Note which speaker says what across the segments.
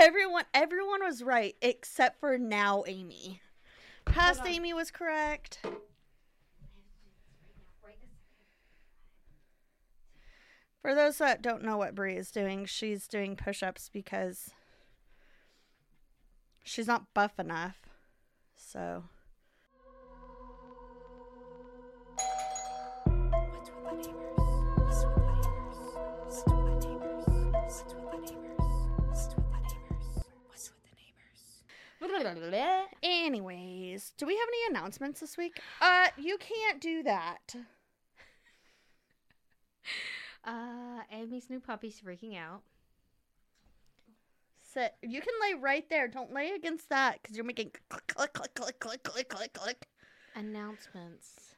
Speaker 1: everyone everyone was right except for now Amy. Past
Speaker 2: Hold on.
Speaker 1: Amy was correct. For those that don't know what Brie is doing, she's doing push-ups because she's not buff enough. So
Speaker 3: What's with the neighbors? What's with the neighbors? What's with the neighbors? What's with the neighbors? What's with the neighbors? What's with the neighbors?
Speaker 1: Anyways, do we have any announcements this week? Uh, you can't do that.
Speaker 2: Uh, Amy's new puppy's freaking out.
Speaker 1: Sit. You can lay right there. Don't lay against that because you're making click, click, click, click, click, click, click, click.
Speaker 2: Announcements.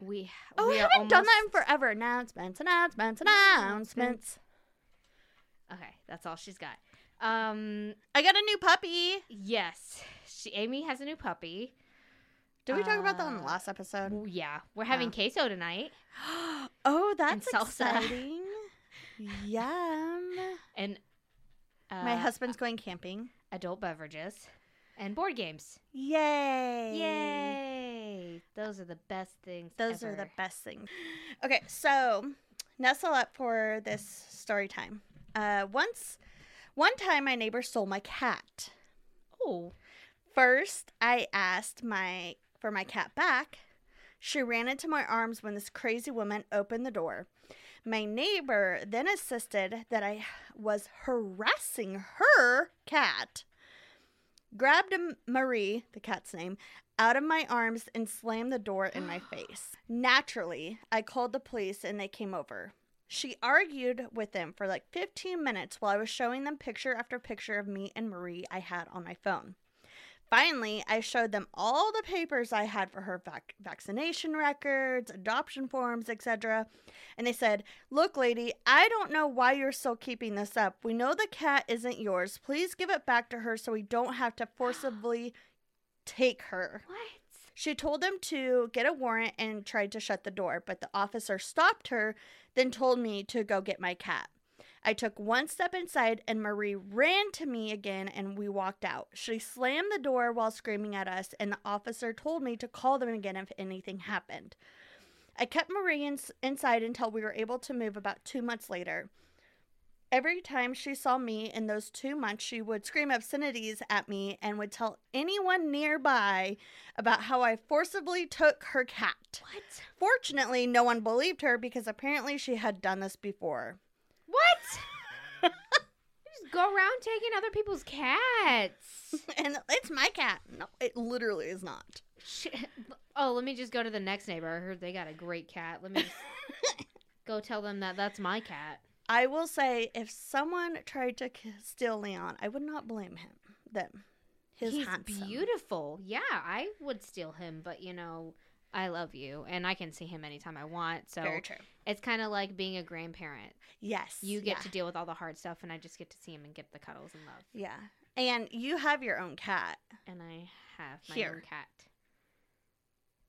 Speaker 2: We h-
Speaker 1: Oh,
Speaker 2: we
Speaker 1: we
Speaker 2: are
Speaker 1: haven't done that in
Speaker 2: almost-
Speaker 1: forever. Announcements, announcements, announcements.
Speaker 2: Okay, that's all she's got. Um,
Speaker 1: I got a new puppy.
Speaker 2: yes, she Amy has a new puppy.
Speaker 1: Did we talk about that on the
Speaker 2: Uh,
Speaker 1: last episode?
Speaker 2: Ooh, yeah, we're having queso tonight
Speaker 1: oh, that's
Speaker 2: salsa.
Speaker 1: exciting. Yum.
Speaker 2: and uh,
Speaker 1: My husband's going camping.
Speaker 2: adult beverages and board games.
Speaker 1: Yay.
Speaker 2: Yay! Those are the best things.
Speaker 1: Those are the
Speaker 2: ever.
Speaker 1: best things. Okay, so nestle up for this story time. Uh, once, one time, my neighbor stole my cat.
Speaker 2: Oh,
Speaker 1: First, I asked my for my cat back. She ran into my arms when this crazy woman opened the door. My neighbor then insisted that I was harassing her cat. Grabbed M- Marie, the cat's name, out of my arms and slammed the door in my face. Naturally, I called the police and they came over. She argued with them for like 15 minutes while I was showing them picture after picture of me and Marie I had on my phone. Finally, I showed them all the papers I had for her vac- vaccination records, adoption forms, etc. And they said, Look, lady, I don't know why you're still keeping this up. We know the cat isn't yours. Please give it back to her so we don't have to forcibly take her.
Speaker 2: what?
Speaker 1: She told them to get a warrant and tried to shut the door, but the officer stopped her, then told me to go get my cat. I took one step inside and Marie ran to me again and we walked out. She slammed the door while screaming at us, and the officer told me to call them again if anything happened. I kept Marie ins inside until we were able to move about two months later. Every time she saw me in those two months, she would scream obscenities at me and would tell anyone nearby about how I forcibly took her cat.
Speaker 2: What?
Speaker 1: Fortunately, no one believed her because apparently she had done this before.
Speaker 2: What? You just go around taking other people's cats.
Speaker 1: And it's my cat. No, it literally is not.
Speaker 2: Shit. Oh, let me just go to the next neighbor. I heard they got a great cat. Let me just go tell them that that's my cat.
Speaker 1: I will say if someone tried to k- steal Leon, I would not blame him. Them. His
Speaker 2: He's
Speaker 1: handsome.
Speaker 2: beautiful. Yeah, I would steal him, but you know, I love you and I can see him anytime I want. So
Speaker 1: Very true.
Speaker 2: it's kind of like being a grandparent.
Speaker 1: Yes.
Speaker 2: You get
Speaker 1: yeah.
Speaker 2: to deal with all the hard stuff and I just get to see him and get the cuddles and love.
Speaker 1: Yeah. And you have your own cat.
Speaker 2: And I have my
Speaker 1: Here.
Speaker 2: own cat.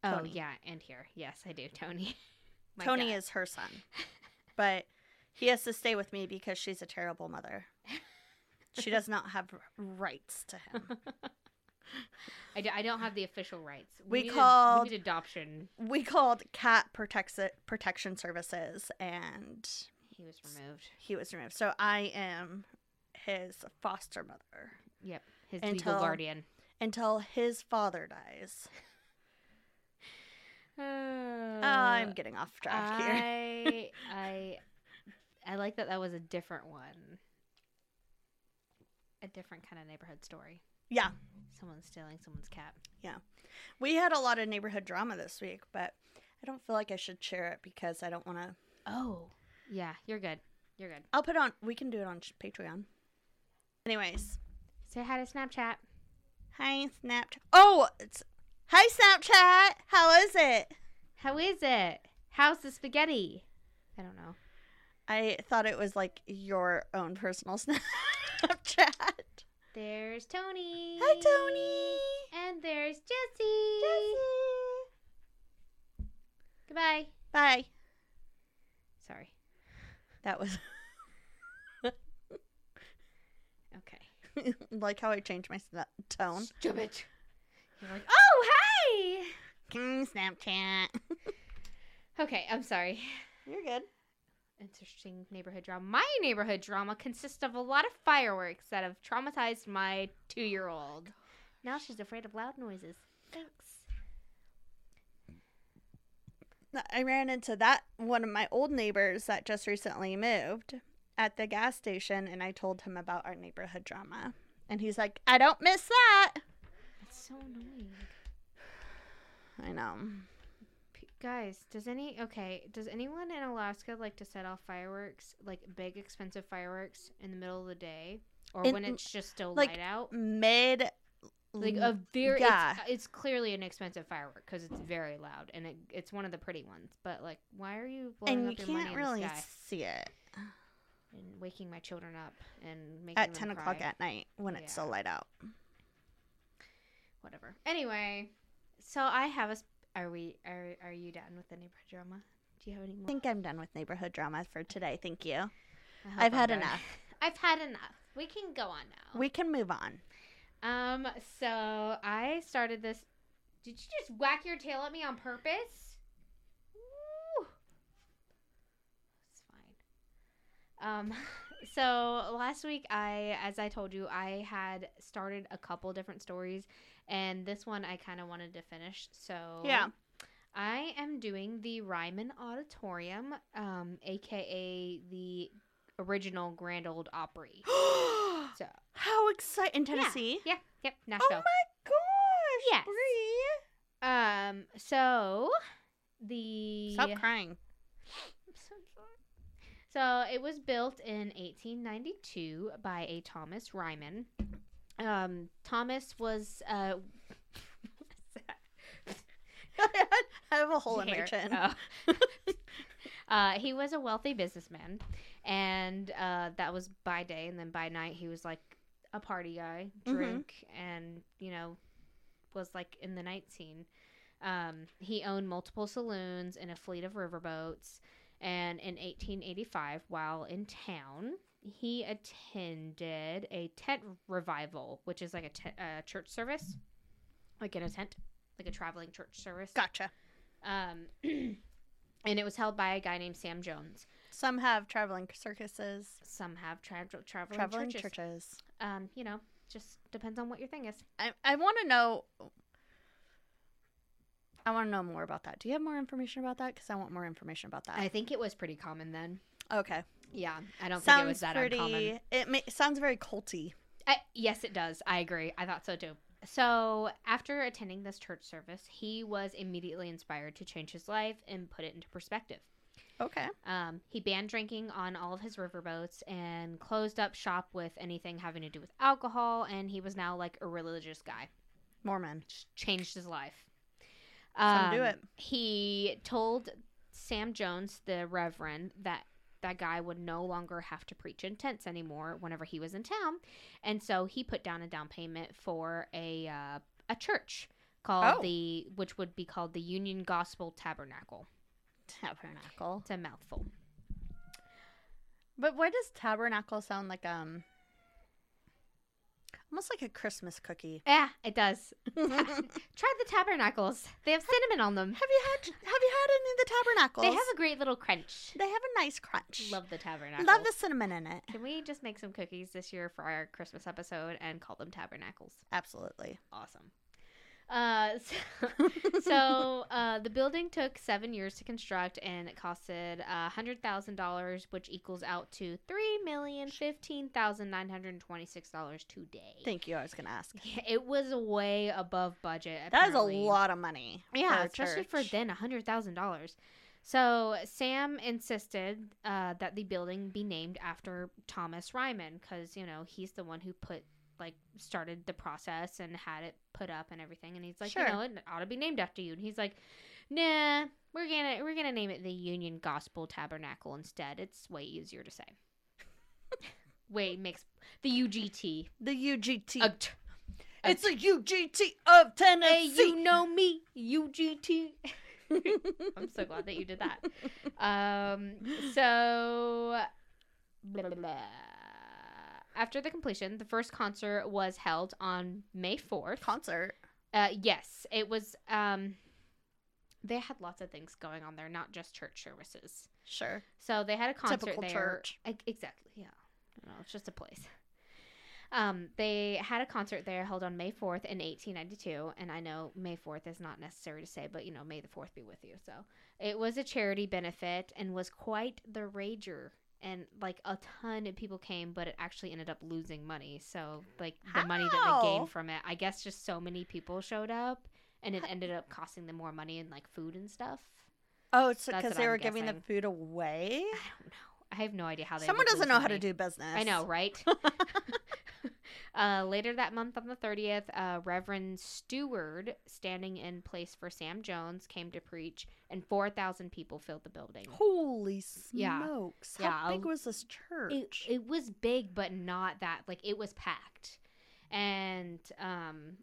Speaker 2: Oh,
Speaker 1: Tony.
Speaker 2: yeah, and here. Yes, I do, Tony. My
Speaker 1: Tony
Speaker 2: cat.
Speaker 1: is her son. But he has to stay with me because she's a terrible mother. She does not have rights to him.
Speaker 2: I, do, I don't have the official rights.
Speaker 1: We
Speaker 2: need a-
Speaker 1: called-
Speaker 2: we need adoption.
Speaker 1: we called cat protects protection services and
Speaker 2: He was
Speaker 1: S-
Speaker 2: removed.
Speaker 1: he was removed so i am his foster mother
Speaker 2: Yep, his
Speaker 1: Until-
Speaker 2: legal guardian.
Speaker 1: until his father dies
Speaker 2: Uh,
Speaker 1: Oh, i'm getting off track here
Speaker 2: I, I, I like that that was a different one. A different kind of neighborhood story.
Speaker 1: yeah
Speaker 2: Someone stealing someone's cat.
Speaker 1: we had a lot of neighborhood drama this week but i don't feel like i should share it because i don't want to
Speaker 2: Oh, yeah, you're good. You're good.
Speaker 1: i'll put on we can do it on sh- patreon anyways
Speaker 2: Say hi to Snapchat.
Speaker 1: hi snapchat oh it's, hi snapchat how is it
Speaker 2: How is it? How's the spaghetti? I don't know.
Speaker 1: I thought it was like your own personal Snapchat.
Speaker 2: There's Tony.
Speaker 1: Hi, Tony.
Speaker 2: And there's Jesse. Goodbye.
Speaker 1: Bye.
Speaker 2: Sorry.
Speaker 1: That was
Speaker 2: Okay.
Speaker 1: like how I changed my sna- tone.
Speaker 2: Stupid. You're like, oh hey.
Speaker 1: Mm, Snapchat.
Speaker 2: Okay, I'm sorry.
Speaker 1: You're good.
Speaker 2: Interesting neighborhood drama. My neighborhood drama consists of a lot of fireworks that have traumatized my two-year-old. Now she's afraid of loud noises. Thanks.
Speaker 1: I ran into that one of my old neighbors that just recently moved at the gas station, and I told him about our neighborhood drama. And he's like, I don't miss that.
Speaker 2: That's so annoying.
Speaker 1: I know.
Speaker 2: P- guys, does any okay? Does anyone in Alaska like to set off fireworks, like big expensive fireworks, in the middle of the day, or
Speaker 1: In-
Speaker 2: when it's just still
Speaker 1: like,
Speaker 2: light out?
Speaker 1: Mid.
Speaker 2: Like a very,
Speaker 1: yeah.
Speaker 2: it's, it's clearly an expensive firework because it's very loud and it, it's one of the pretty ones. But like, why are you blowing
Speaker 1: and
Speaker 2: up
Speaker 1: you
Speaker 2: your
Speaker 1: can't
Speaker 2: money
Speaker 1: really
Speaker 2: in the sky
Speaker 1: see it
Speaker 2: and waking my children up and making
Speaker 1: at
Speaker 2: them
Speaker 1: 10 o'clock
Speaker 2: cry?
Speaker 1: at night when it's still
Speaker 2: Yeah.
Speaker 1: light out.
Speaker 2: whatever. Anyway, so I have a. Sp- are we? Are Are you done with the neighborhood drama? Do you have any
Speaker 1: I
Speaker 2: more?
Speaker 1: think I'm done with neighborhood drama for today. Thank you.
Speaker 2: I hope
Speaker 1: I've
Speaker 2: I'm
Speaker 1: had
Speaker 2: done.
Speaker 1: enough.
Speaker 2: I've had enough. We can go on now.
Speaker 1: We can move on.
Speaker 2: Um, so I started this. Did you just whack your tail at me on purpose? Woo. It's fine. Um, so last week I, as I told you, I had started a couple different stories, and this one I kind of wanted to finish. So
Speaker 1: Yeah.
Speaker 2: I am doing the Ryman Auditorium, um, aka the original Grand Old Opry. So
Speaker 1: How exciting. In
Speaker 2: yeah,
Speaker 1: Tennessee?
Speaker 2: Yeah. Yep.
Speaker 1: Oh
Speaker 2: Nashville.
Speaker 1: my gosh.
Speaker 2: Yes.
Speaker 1: Bree.
Speaker 2: Um. So the
Speaker 1: Stop crying.
Speaker 2: I'm so sorry. So it was built in 1892 by a Thomas Ryman. Um, Thomas was uh,
Speaker 1: I have a hole in my
Speaker 2: Hair-
Speaker 1: chin.
Speaker 2: oh. uh, he was a wealthy businessman, and uh, that was by day, and then by night he was like a party guy,
Speaker 1: Mhm.
Speaker 2: drink, and you know, was like in the night scene. Um, he owned multiple saloons and a fleet of riverboats, and in 1885, while in town, he attended a tent revival, which is like a te- uh, church service, like in a tent, like a traveling church service.
Speaker 1: Gotcha.
Speaker 2: Um, and it was held by a guy named Sam Jones.
Speaker 1: Some have traveling circuses,
Speaker 2: Some have tra- traveling,
Speaker 1: traveling
Speaker 2: churches.
Speaker 1: churches.
Speaker 2: Um, you know, just depends on what your thing is.
Speaker 1: I, I want to know. I want to know more about that. Do you have more information about that? Because I want more information about
Speaker 2: I
Speaker 1: that.
Speaker 2: think it was pretty common then.
Speaker 1: okay.
Speaker 2: Yeah, I don't think it
Speaker 1: Sounds
Speaker 2: was that uncommon.
Speaker 1: pretty. It ma- sounds very culty.
Speaker 2: I, yes, it does. I agree. I thought so too. So, after attending this church service, he was immediately inspired to change his life and put it into perspective.
Speaker 1: Okay.
Speaker 2: Um, he banned drinking on all of his riverboats and closed up shop with anything having to do with alcohol, and he was now like a religious guy.
Speaker 1: Mormon.
Speaker 2: just changed his life.
Speaker 1: Some do
Speaker 2: Um,
Speaker 1: it.
Speaker 2: He told Sam Jones, the Reverend, that that guy would no longer have to preach in tents anymore whenever he was in town, and so he put down a down payment for a uh, a church called
Speaker 1: Oh.
Speaker 2: the which would be called the Union Gospel Tabernacle.
Speaker 1: Tabernacle.
Speaker 2: It's a mouthful.
Speaker 1: But why does tabernacle sound like um almost like a Christmas cookie?
Speaker 2: Yeah, it does.
Speaker 1: have you
Speaker 2: Try the tabernacles. They have cinnamon on them.
Speaker 1: had have you had any of the tabernacles?
Speaker 2: They have a great little crunch.
Speaker 1: they have a nice crunch.
Speaker 2: Love the tabernacle.
Speaker 1: Love the cinnamon in it.
Speaker 2: Can we just make some cookies this year for our Christmas episode and call them tabernacles?
Speaker 1: Absolutely.
Speaker 2: Awesome. Uh, so so uh, the building took seven years to construct, and it costed uh, hundred thousand dollars, which equals out to three million fifteen thousand nine hundred twenty-six dollars today.
Speaker 1: Thank you. I was gonna ask.
Speaker 2: Yeah, it was way above budget.
Speaker 1: That is a
Speaker 2: apparently.
Speaker 1: lot of money.
Speaker 2: Yeah,
Speaker 1: a
Speaker 2: especially for
Speaker 1: church.
Speaker 2: then hundred thousand dollars. So Sam insisted uh, that the building be named after Thomas Ryman because you know he's the one who put like started the process and had it put up and everything, and he's like,
Speaker 1: Sure.
Speaker 2: you know, it ought to be named after you. And he's like, nah, we're gonna we're gonna name it the Union Gospel Tabernacle instead. It's way easier to say. Way makes the UGT.
Speaker 1: the UGT.
Speaker 2: Ugt.
Speaker 1: it's a UGT of
Speaker 2: Hey,
Speaker 1: Tennessee.
Speaker 2: you know me, UGT. I'm so glad that you did that. Um, so blah, blah, blah. After the completion, the first concert was held on May 4th.
Speaker 1: Concert.
Speaker 2: Uh, yes, it was. Um, they had lots of things going on there, not just church services.
Speaker 1: Sure.
Speaker 2: So they had a concert
Speaker 1: Typical
Speaker 2: there.
Speaker 1: church.
Speaker 2: E- Exactly. Yeah. No, it's just a place. Um, they had a concert there held on May 4th in 1892, and I know May 4th is not necessary to say, but you know, May the 4th be with you. So it was a charity benefit and was quite the rager, and like a ton of people came, but it actually ended up losing money. So like the money that they
Speaker 1: How?
Speaker 2: gained from it, I guess, just so many people showed up, and it ended up costing them more money in like food and stuff.
Speaker 1: Oh, it's
Speaker 2: That's
Speaker 1: because
Speaker 2: what
Speaker 1: they
Speaker 2: I'm
Speaker 1: were giving the
Speaker 2: guessing.
Speaker 1: food away.
Speaker 2: I don't know. I have no idea how they.
Speaker 1: Someone
Speaker 2: would
Speaker 1: doesn't
Speaker 2: lose
Speaker 1: know how to
Speaker 2: money.
Speaker 1: do business.
Speaker 2: I know, right? uh, later that month, on the 30th, uh, Reverend Steward, standing in place for Sam Jones, came to preach, and 4,000 people filled the building.
Speaker 1: Holy
Speaker 2: Yeah.
Speaker 1: smokes! How
Speaker 2: Yeah, a-
Speaker 1: big was this
Speaker 2: It,
Speaker 1: church?
Speaker 2: it was big, but not that. Like, it was packed. And um,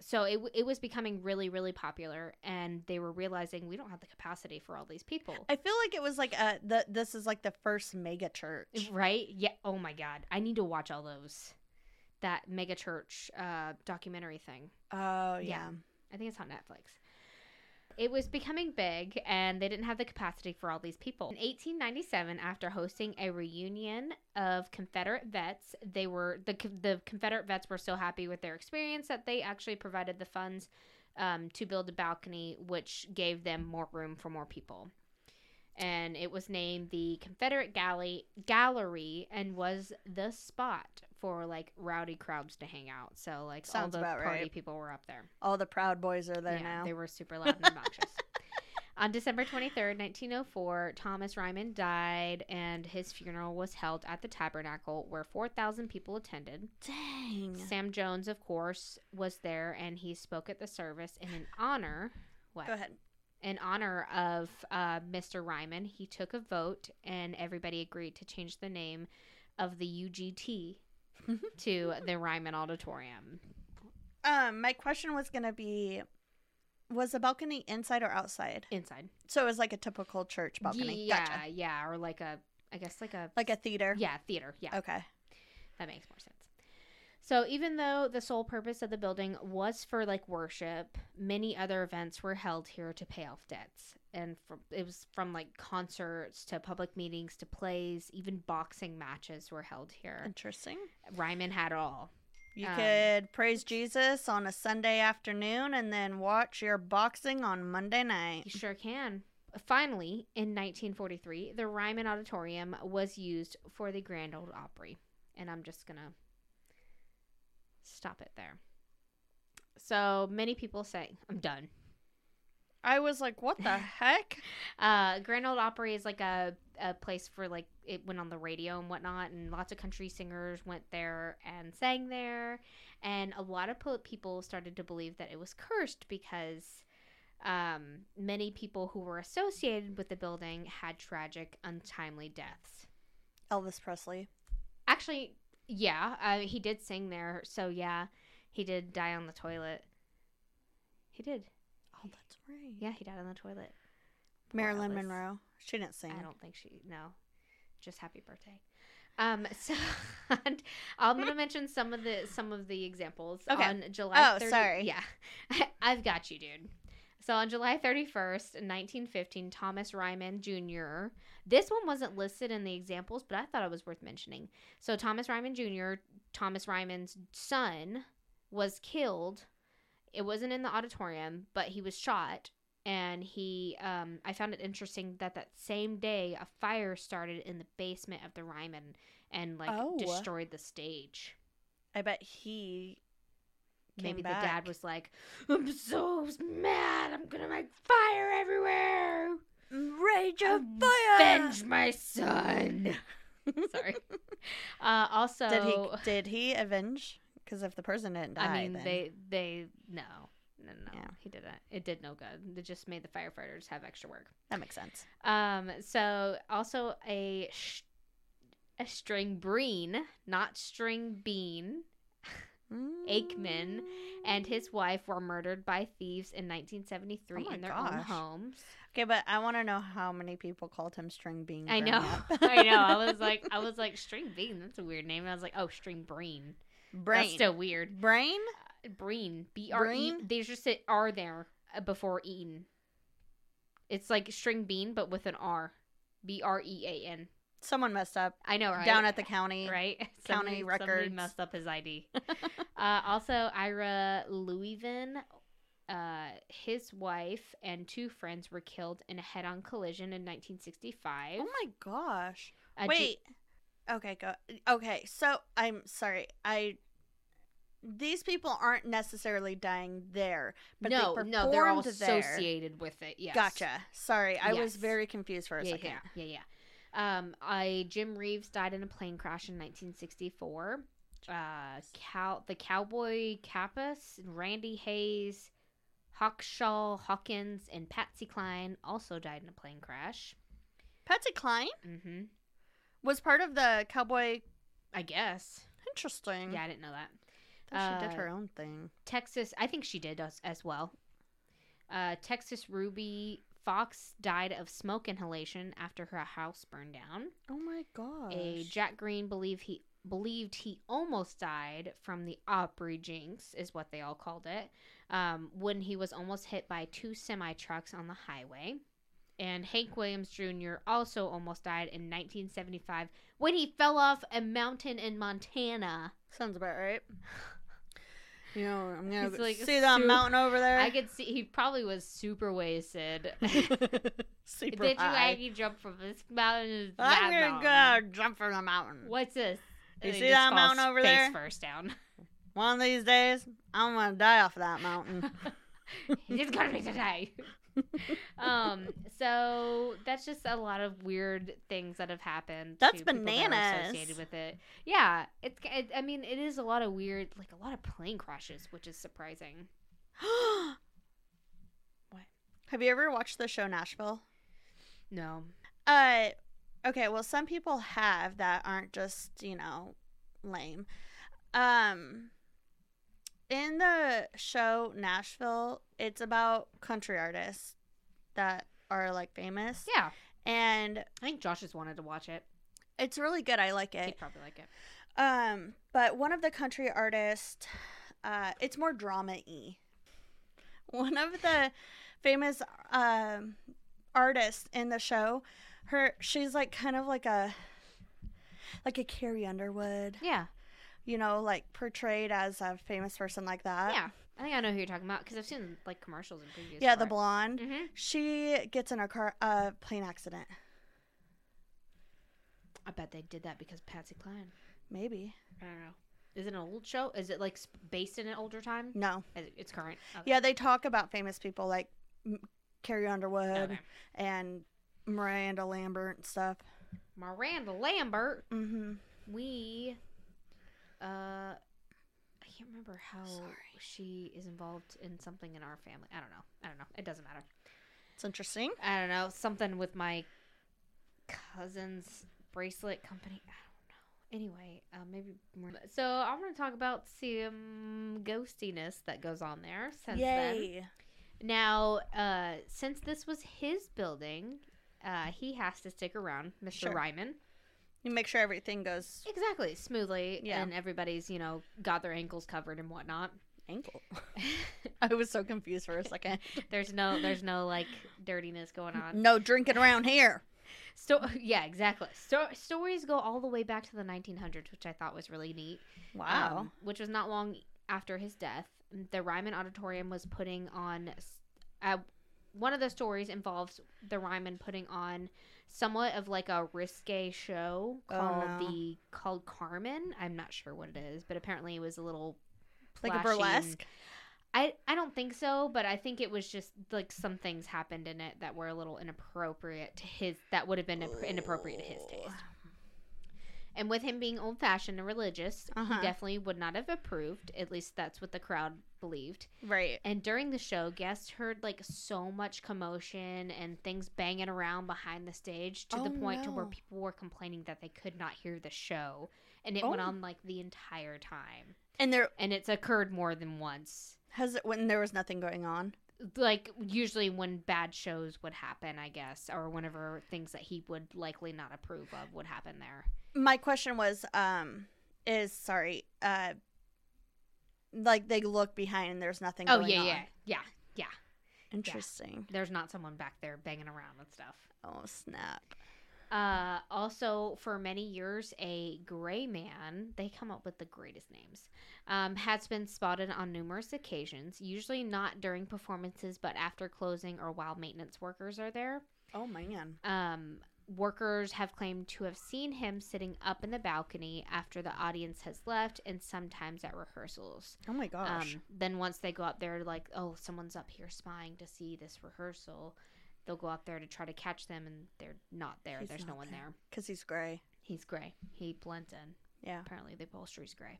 Speaker 2: so it, w- it was becoming really, really popular, and they were realizing we don't have the capacity for all these people.
Speaker 1: I feel like it was like a the, this is like the first mega church.
Speaker 2: Right? Yeah. Oh my God. I need to watch all those. That mega church uh, documentary thing.
Speaker 1: Oh yeah.
Speaker 2: Yeah. I think it's on Netflix. It was becoming big, and they didn't have the capacity for all these people. In 1897, after hosting a reunion of Confederate vets, they were the the Confederate vets were so happy with their experience that they actually provided the funds um, to build a balcony, which gave them more room for more people. And it was named the Confederate Galley Gallery, and was the spot for like rowdy crowds to hang out. So like
Speaker 1: Sounds
Speaker 2: all the
Speaker 1: about
Speaker 2: party
Speaker 1: right.
Speaker 2: people were up there.
Speaker 1: All the Proud Boys are there
Speaker 2: Yeah,
Speaker 1: now.
Speaker 2: They were super loud and obnoxious. On December 23rd, 1904, Thomas Ryman died, and his funeral was held at the Tabernacle, where 4,000 people attended.
Speaker 1: Dang.
Speaker 2: Sam Jones, of course, was there, and he spoke at the service. And in honor, what?
Speaker 1: Go ahead.
Speaker 2: In honor of uh, Mr. Ryman, he took a vote, and everybody agreed to change the name of the UGT to the Ryman Auditorium.
Speaker 1: Um, my question was gonna be, was the balcony inside or outside?
Speaker 2: Inside.
Speaker 1: So it was like a typical church balcony.
Speaker 2: Yeah,
Speaker 1: Gotcha.
Speaker 2: yeah, or like a, I guess like a
Speaker 1: Like a theater.
Speaker 2: Yeah, theater. Yeah,
Speaker 1: Okay.
Speaker 2: that makes more sense. So even though the sole purpose of the building was for like worship, many other events were held here to pay off debts, and from, it was from like concerts to public meetings to plays, even boxing matches were held here.
Speaker 1: Interesting.
Speaker 2: Ryman had it all.
Speaker 1: You
Speaker 2: Um,
Speaker 1: could praise Jesus on a Sunday afternoon and then watch your boxing on Monday
Speaker 2: You
Speaker 1: night.
Speaker 2: sure can. Finally, in 1943, the Ryman Auditorium was used for the Grand Old Opry. And I'm just going to stop it there. So many people say, I'm done.
Speaker 1: I was like, what the heck?
Speaker 2: Uh, Grand Old Opry is like a, a place for like, it went on the radio and whatnot, and lots of country singers went there and sang there. And a lot of po- people started to believe that it was cursed because um, many people who were associated with the building had tragic, untimely deaths.
Speaker 1: Elvis Presley.
Speaker 2: Actually, yeah, uh, he did sing there, so yeah, he did die on the toilet. He did.
Speaker 1: Oh, that's right.
Speaker 2: Yeah, he died on the toilet. Poor
Speaker 1: Marilyn
Speaker 2: Elvis.
Speaker 1: Monroe. She didn't sing.
Speaker 2: I don't think she. No, just happy birthday. Um. So, and I'm gonna mention some of the some of the examples.
Speaker 1: Okay.
Speaker 2: On July.
Speaker 1: Oh, sorry.
Speaker 2: Yeah, I've got you, dude. So on July 31st, 1915, Thomas Ryman Jr. This one wasn't listed in the examples, but I thought it was worth mentioning. So Thomas Ryman Jr., Thomas Ryman's son, was killed. It wasn't in the auditorium, but he was shot. And he, um, I found it interesting that that same day a fire started in the basement of the Ryman and like
Speaker 1: Oh.
Speaker 2: destroyed the stage.
Speaker 1: I bet he. Came
Speaker 2: Maybe
Speaker 1: back.
Speaker 2: the dad was like, "I'm so mad! I'm gonna make fire everywhere!
Speaker 1: Rage of
Speaker 2: I'm
Speaker 1: Fire.
Speaker 2: Avenge my son!" Sorry. Uh, also,
Speaker 1: Did he? Did he avenge? Because if the person didn't die,
Speaker 2: I mean,
Speaker 1: then-
Speaker 2: they they no no no
Speaker 1: Yeah.
Speaker 2: he didn't. It did no good. It just made the firefighters have extra work.
Speaker 1: that makes sense.
Speaker 2: Um, so also a sh- a string breen, not string bean. Aikman
Speaker 1: Mm.
Speaker 2: and his wife were murdered by thieves in 1973
Speaker 1: Oh my
Speaker 2: in their own
Speaker 1: gosh.
Speaker 2: homes.
Speaker 1: Okay, but I want to know how many people called him String Bean.
Speaker 2: I
Speaker 1: growing
Speaker 2: know,
Speaker 1: up.
Speaker 2: I know. I was like, I was like, String Bean. That's a weird name. And I was like, oh, String Breen.
Speaker 1: brain.
Speaker 2: That's still weird.
Speaker 1: brain.
Speaker 2: Breen. B R E.
Speaker 1: Breen?
Speaker 2: They just said R there uh, before Eaton. It's like string bean, but with an R. B R E A N.
Speaker 1: Someone messed up
Speaker 2: I know, right?
Speaker 1: down at the county.
Speaker 2: right
Speaker 1: county
Speaker 2: somebody, Somebody
Speaker 1: records.
Speaker 2: messed up his ID. uh, also, Ira Louiven, uh, his wife and two friends were killed in a head-on collision in 1965.
Speaker 1: Oh my gosh.
Speaker 2: A Ju-
Speaker 1: Wait. okay, go. Okay, so I'm sorry. I these people aren't necessarily dying there, but
Speaker 2: no,
Speaker 1: they
Speaker 2: no, they're all
Speaker 1: performed there.
Speaker 2: associated with it. Yes.
Speaker 1: Gotcha. Sorry, I was
Speaker 2: Yes.
Speaker 1: very confused for a
Speaker 2: yeah,
Speaker 1: second.
Speaker 2: Yeah, yeah, yeah. Um, I Jim Reeves died in a plane crash in 1964. Uh, cow the cowboy Kappas, Randy Hayes, Hawkshaw Hawkins, and Patsy Cline also died in a plane crash.
Speaker 1: Patsy Cline
Speaker 2: Mm-hmm.
Speaker 1: was part of the cowboy.
Speaker 2: I guess.
Speaker 1: Interesting.
Speaker 2: Yeah, I didn't know that.
Speaker 1: Thought she did
Speaker 2: uh,
Speaker 1: her own thing.
Speaker 2: Texas, I think she did as, as well. Uh, Texas Ruby Fox died of smoke inhalation after her house burned down.
Speaker 1: Oh my gosh.
Speaker 2: a Jack Green believe he believed he almost died from the Opry jinx is what they all called it um, when he was almost hit by two semi trucks on the highway and Hank Williams Jr. also almost died in 1975 when he fell off a mountain in Montana.
Speaker 1: Sounds about right. You know, I'm gonna
Speaker 2: He's
Speaker 1: go-
Speaker 2: like,
Speaker 1: see that
Speaker 2: "Soup."
Speaker 1: mountain over there.
Speaker 2: I could see he probably was super wasted.
Speaker 1: Super
Speaker 2: Did you
Speaker 1: high.
Speaker 2: like you jump from this mountain to that
Speaker 1: I'm gonna
Speaker 2: mountain?
Speaker 1: go jump from the mountain.
Speaker 2: What's this?
Speaker 1: You
Speaker 2: And he
Speaker 1: see
Speaker 2: just
Speaker 1: that
Speaker 2: falls
Speaker 1: mountain over
Speaker 2: face
Speaker 1: there?
Speaker 2: First down.
Speaker 1: One of these days, I'm gonna die off of that mountain.
Speaker 2: it's gonna be today. um, so that's just a lot of weird things that have happened.
Speaker 1: That's
Speaker 2: to people that are
Speaker 1: bananas.
Speaker 2: associated with it. Yeah, it's. It, I mean, it is a lot of weird, like a lot of plane crashes, which is surprising.
Speaker 1: what? Have you ever watched the show Nashville?
Speaker 2: No,
Speaker 1: Uh, okay. Well, some people have that aren't just you know lame. Um, in the show Nashville, it's about country artists that are like famous,
Speaker 2: yeah,
Speaker 1: and
Speaker 2: I think Josh has wanted to watch it.
Speaker 1: it's really good. I like
Speaker 2: He'd
Speaker 1: it.
Speaker 2: probably like it.
Speaker 1: Um, but one of the country artists, uh, it's more drama y. One of the famous um, artists in the show, her she's like kind of like a like a Carrie Underwood,
Speaker 2: Yeah,
Speaker 1: you know, like portrayed as a famous person like that.
Speaker 2: yeah. I think I know who you're talking about because I've seen like commercials and previews.
Speaker 1: yeah, the blonde.
Speaker 2: hmm
Speaker 1: She gets in a car, uh, plane accident.
Speaker 2: I bet they did that because Patsy Cline.
Speaker 1: Maybe
Speaker 2: I don't know. Is it an old show? Is it like sp- based in an older time?
Speaker 1: no.
Speaker 2: Is it- It's current. Okay.
Speaker 1: Yeah, they talk about famous people like M- Carrie Underwood
Speaker 2: Okay.
Speaker 1: and Miranda Lambert and stuff.
Speaker 2: Miranda Lambert.
Speaker 1: Mm-hmm.
Speaker 2: We, uh, I can't remember how
Speaker 1: Sorry.
Speaker 2: she is involved in something in our family. I don't know. I don't know. It doesn't matter.
Speaker 1: It's interesting.
Speaker 2: I don't know. Something with my cousin's bracelet company. I don't know. Anyway, uh, maybe more. So I want to talk about some ghostiness that goes on there since then. Now, uh, since this was his building, uh, he has to stick around, Mr.
Speaker 1: Sure.
Speaker 2: Ryman.
Speaker 1: You make sure everything goes
Speaker 2: Exactly, smoothly,
Speaker 1: Yeah.
Speaker 2: and everybody's you know got their ankles covered and whatnot.
Speaker 1: ankle. I was so confused for a second.
Speaker 2: there's no, there's no like dirtiness going on.
Speaker 1: no drinking around here.
Speaker 2: So yeah, exactly. Sto- stories go all the way back to the 1900s, which I thought was really neat.
Speaker 1: Wow.
Speaker 2: um, which was not long after his death. The Ryman Auditorium was putting on. s- Uh, one of the stories involves the Ryman putting on somewhat of like a risque show
Speaker 1: Oh,
Speaker 2: called
Speaker 1: no.
Speaker 2: the called Carmen. I'm not sure what it is, but apparently it was a little
Speaker 1: like a
Speaker 2: flashy and-
Speaker 1: burlesque.
Speaker 2: I I don't think so, but I think it was just like some things happened in it that were a little inappropriate to his that would have been ap- inappropriate to his taste. And with him being old fashioned and religious,
Speaker 1: Uh-huh.
Speaker 2: he definitely would not have approved. At least that's what the crowd believed.
Speaker 1: Right.
Speaker 2: And during the show, guests heard like so much commotion and things banging around behind the stage to the
Speaker 1: Oh,
Speaker 2: point to where
Speaker 1: no.
Speaker 2: people were complaining that they could not hear the show and it went
Speaker 1: Oh.
Speaker 2: on like the entire time.
Speaker 1: And there
Speaker 2: And it's occurred more than once.
Speaker 1: has it when there was nothing going on.
Speaker 2: Like usually when bad shows would happen, I guess, or whenever things that he would likely not approve of would happen there.
Speaker 1: My question was, um, is sorry, uh, like they look behind and there's nothing.
Speaker 2: Oh
Speaker 1: going
Speaker 2: yeah,
Speaker 1: on.
Speaker 2: yeah, yeah.
Speaker 1: Interesting.
Speaker 2: There's not someone back there banging around and stuff.
Speaker 1: Oh snap.
Speaker 2: Uh, also, for many years, a gray man, they come up with the greatest names, um, has been spotted on numerous occasions, usually not during performances, but after closing or while maintenance workers are there.
Speaker 1: Oh man.
Speaker 2: Um, workers have claimed to have seen him sitting up in the balcony after the audience has left and sometimes at rehearsals.
Speaker 1: Oh my gosh.
Speaker 2: Um, then once they go up there, like, oh, someone's up here spying to see this rehearsal. They'll go up there to try to catch them, and they're not there.
Speaker 1: He's
Speaker 2: There's no
Speaker 1: not
Speaker 2: one
Speaker 1: there.
Speaker 2: there.
Speaker 1: Cause he's gray.
Speaker 2: He's gray. He blends in.
Speaker 1: Yeah.
Speaker 2: Apparently, the upholstery's gray.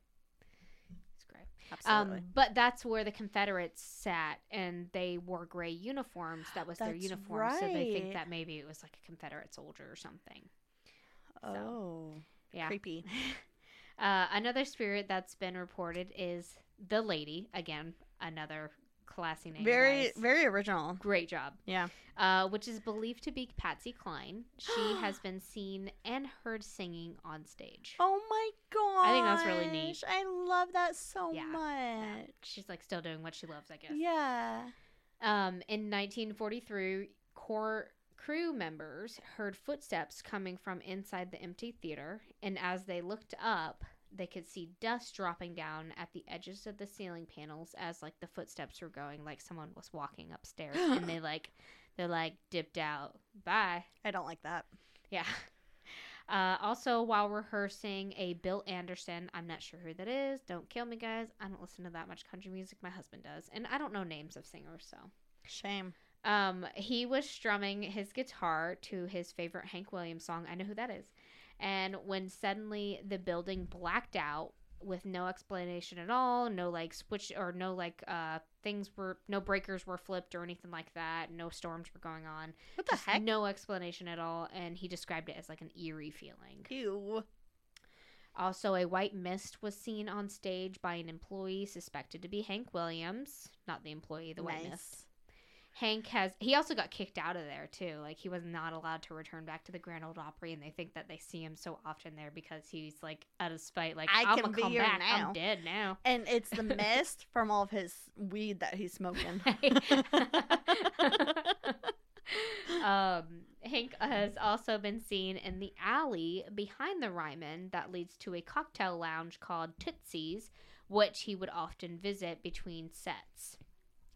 Speaker 2: It's gray.
Speaker 1: Absolutely.
Speaker 2: Um, but that's where the Confederates sat, and they wore gray uniforms. That was their
Speaker 1: That's
Speaker 2: uniform, so they
Speaker 1: right.
Speaker 2: think that maybe it was like a Confederate soldier or something. so,
Speaker 1: oh,
Speaker 2: Yeah.
Speaker 1: creepy.
Speaker 2: Uh, another spirit that's been reported is the lady. Again, another classy name.
Speaker 1: Very,
Speaker 2: guys.
Speaker 1: very original.
Speaker 2: Great job.
Speaker 1: Yeah.
Speaker 2: Uh, which is believed to be Patsy Cline. She has been seen and heard singing on stage.
Speaker 1: Oh my gosh.
Speaker 2: I think that's really neat.
Speaker 1: I love that so
Speaker 2: Yeah. Yeah.
Speaker 1: much.
Speaker 2: She's like still doing what she loves, I guess.
Speaker 1: Yeah.
Speaker 2: Um, in 1943, core crew members heard footsteps coming from inside the empty theater, and as they looked up, they could see dust dropping down at the edges of the ceiling panels as like the footsteps were going, like someone was walking upstairs, and they like they're like dipped out. Bye.
Speaker 1: I don't like that.
Speaker 2: Yeah. Uh, also, while rehearsing, a Bill Anderson, I'm not sure who that is. Don't kill me, guys. I don't listen to that much country music. My husband does. And I don't know names of singers, so.
Speaker 1: Shame.
Speaker 2: Um, he was strumming his guitar to his favorite Hank Williams song. I know who that is. And when suddenly the building blacked out with no explanation at all, no like switch or no like uh things were no breakers were flipped or anything like that, no storms were going on.
Speaker 1: What the
Speaker 2: Just
Speaker 1: heck?
Speaker 2: No explanation at all, and he described it as like an eerie feeling.
Speaker 1: Ew.
Speaker 2: Also, a white mist was seen on stage by an employee suspected to be Hank Williams, not the employee, the white mist. Hank has he also got kicked out of there too. Like he was not allowed to return back to the Grand Old Opry, and they think that they see him so often there because he's like out of spite. Like
Speaker 1: I
Speaker 2: I am
Speaker 1: can
Speaker 2: gonna
Speaker 1: be
Speaker 2: come
Speaker 1: here
Speaker 2: back.
Speaker 1: now."
Speaker 2: I'm dead now.
Speaker 1: And it's the mist from all of his weed that he's smoking.
Speaker 2: um, Hank has also been seen in the alley behind the Ryman that leads to a cocktail lounge called Tootsie's, which he would often visit between sets.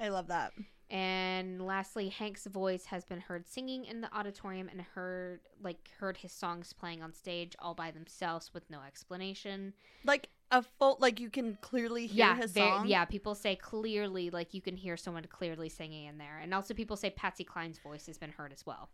Speaker 1: I love that.
Speaker 2: And lastly, Hank's voice has been heard singing in the auditorium and heard like heard his songs playing on stage all by themselves with no explanation.
Speaker 1: Like a full, like you can clearly hear
Speaker 2: yeah,
Speaker 1: his
Speaker 2: very-
Speaker 1: song.
Speaker 2: yeah, people say clearly like you can hear someone clearly singing in there. And also people say Patsy Cline's voice has been heard as well.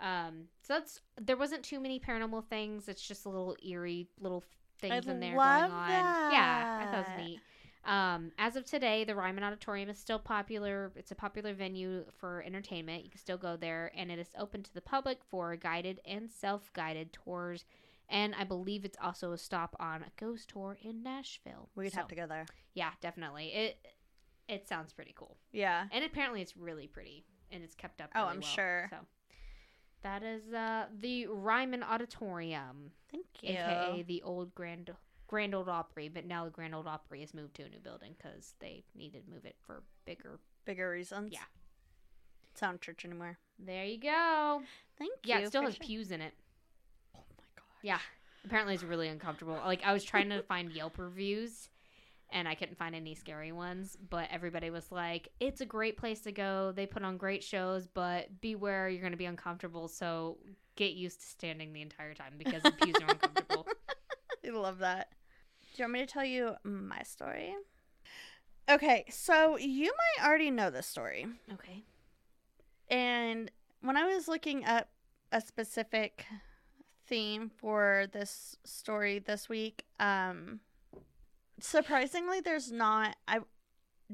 Speaker 2: Um so that's there wasn't too many paranormal things. It's just a little eerie little things in there
Speaker 1: love
Speaker 2: going on. Yeah, I thought it
Speaker 1: that.
Speaker 2: was neat. Um, as of today, the Ryman Auditorium is still popular. It's a popular venue for entertainment. You can still go there, and it is open to the public for guided and self guided tours. And I believe it's also a stop on a ghost tour in Nashville.
Speaker 1: We'd
Speaker 2: So,
Speaker 1: have to go there.
Speaker 2: Yeah, definitely. It it sounds pretty cool,
Speaker 1: Yeah.
Speaker 2: and apparently it's really pretty, and it's kept up.
Speaker 1: Oh,
Speaker 2: really
Speaker 1: I'm
Speaker 2: well.
Speaker 1: sure.
Speaker 2: So that is uh, the Ryman Auditorium,
Speaker 1: Thank you.
Speaker 2: aka the old Grand Grand Old Opry, but now the Grand Old Opry has moved to a new building because they needed to move it for bigger.
Speaker 1: Bigger reasons.
Speaker 2: Yeah.
Speaker 1: It's not a church anymore.
Speaker 2: There you go.
Speaker 1: Thank
Speaker 2: Yeah,
Speaker 1: you.
Speaker 2: it still
Speaker 1: for
Speaker 2: has
Speaker 1: sha-
Speaker 2: pews in it.
Speaker 1: Oh my god.
Speaker 2: Yeah, apparently it's really uncomfortable. Like I was trying to find Yelp reviews, and I couldn't find any scary ones. But everybody was like, "It's a great place to go. They put on great shows, but beware, you're going to be uncomfortable. So get used to standing the entire time because the pews are uncomfortable."
Speaker 1: I love that. Do you want me to tell you my story? Okay, so you might already know this story.
Speaker 2: Okay.
Speaker 1: And when I was looking up a specific theme for this story this week, um surprisingly there's not I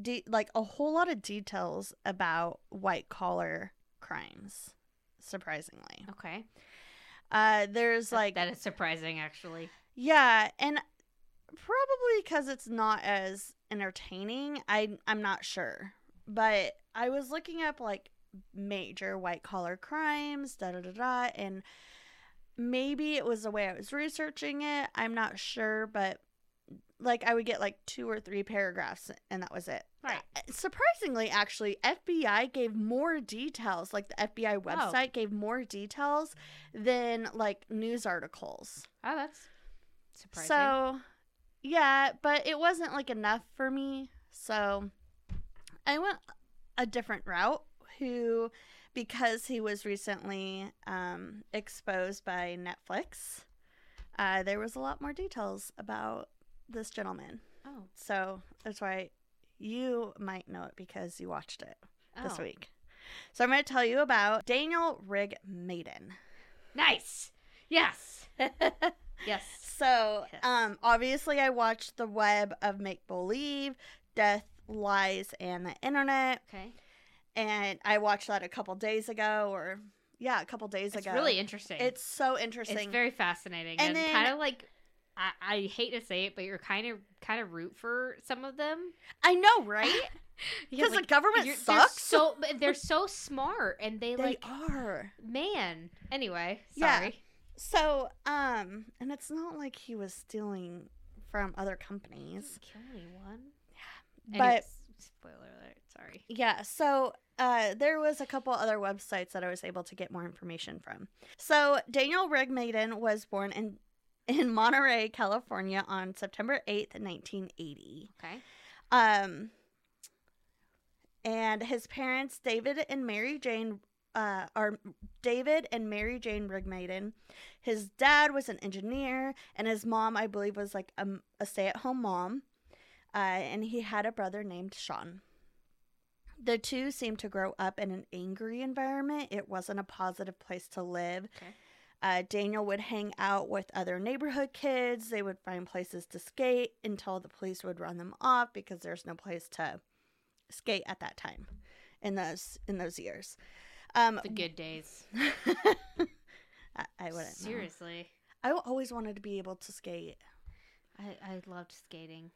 Speaker 1: de- like a whole lot of details about white collar crimes. Surprisingly.
Speaker 2: Okay.
Speaker 1: Uh there's like
Speaker 2: that is surprising, actually.
Speaker 1: Yeah, and probably because it's not as entertaining. I I'm not sure, but I was looking up like major white collar crimes, da da da da, and maybe it was the way I was researching it. I'm not sure, but like I would get like two or three paragraphs, and that was it.
Speaker 2: Right.
Speaker 1: Uh, Surprisingly, actually, FBI gave more details. Like the FBI website gave more details than like news articles.
Speaker 2: Oh, that's surprising.
Speaker 1: So, yeah, but it wasn't like enough for me. So, I went a different route. Who, because he was recently um, exposed by Netflix, uh, there was a lot more details about this gentleman.
Speaker 2: oh,
Speaker 1: So that's why you might know it because you watched it this
Speaker 2: oh.
Speaker 1: week. So I'm going to tell you about Daniel Rig Maiden.
Speaker 2: Nice. Yes. yes.
Speaker 1: So,
Speaker 2: Yes.
Speaker 1: um, obviously, I watched The Web of Make Believe, Death, Lies, and the Internet,
Speaker 2: Okay.
Speaker 1: and I watched that a couple days ago, or yeah, a couple days
Speaker 2: It's
Speaker 1: ago.
Speaker 2: really interesting.
Speaker 1: it's so
Speaker 2: it's
Speaker 1: interesting.
Speaker 2: very fascinating
Speaker 1: And
Speaker 2: and,
Speaker 1: then-
Speaker 2: kind of like I, I hate to say it, but you're kind of kind of root for some of them
Speaker 1: I know, right?
Speaker 2: You're
Speaker 1: Because
Speaker 2: like,
Speaker 1: the government
Speaker 2: you're-
Speaker 1: sucks.
Speaker 2: They're so but they're so smart, and they,
Speaker 1: they
Speaker 2: like
Speaker 1: are.
Speaker 2: man. Anyway,
Speaker 1: Yeah.
Speaker 2: sorry.
Speaker 1: So, um, and it's not like he was stealing from other companies,
Speaker 2: Doesn't kill anyone.
Speaker 1: but
Speaker 2: Anyways, spoiler alert. Sorry.
Speaker 1: Yeah, so uh, there was a couple other websites that I was able to get more information from. So Daniel Rigmaiden was born in in Monterey, California, on September eighth, nineteen eighty.
Speaker 2: Okay.
Speaker 1: Um, and his parents, David and Mary Jane, uh, are David and Mary Jane Rigmaiden. His dad was an engineer, and his mom, I believe, was like a, a stay-at-home mom. Uh, and he had a brother named Sean. The two seemed to grow up in an angry environment. It wasn't a positive place to live.
Speaker 2: Okay.
Speaker 1: Uh, Daniel would hang out with other neighborhood kids. They would find places to skate until the police would run them off because there's no place to skate at that time in those in those years. Um,
Speaker 2: The good days.
Speaker 1: I, I wouldn't. know.
Speaker 2: Seriously,
Speaker 1: I always wanted to be able to skate,
Speaker 2: I I loved skating.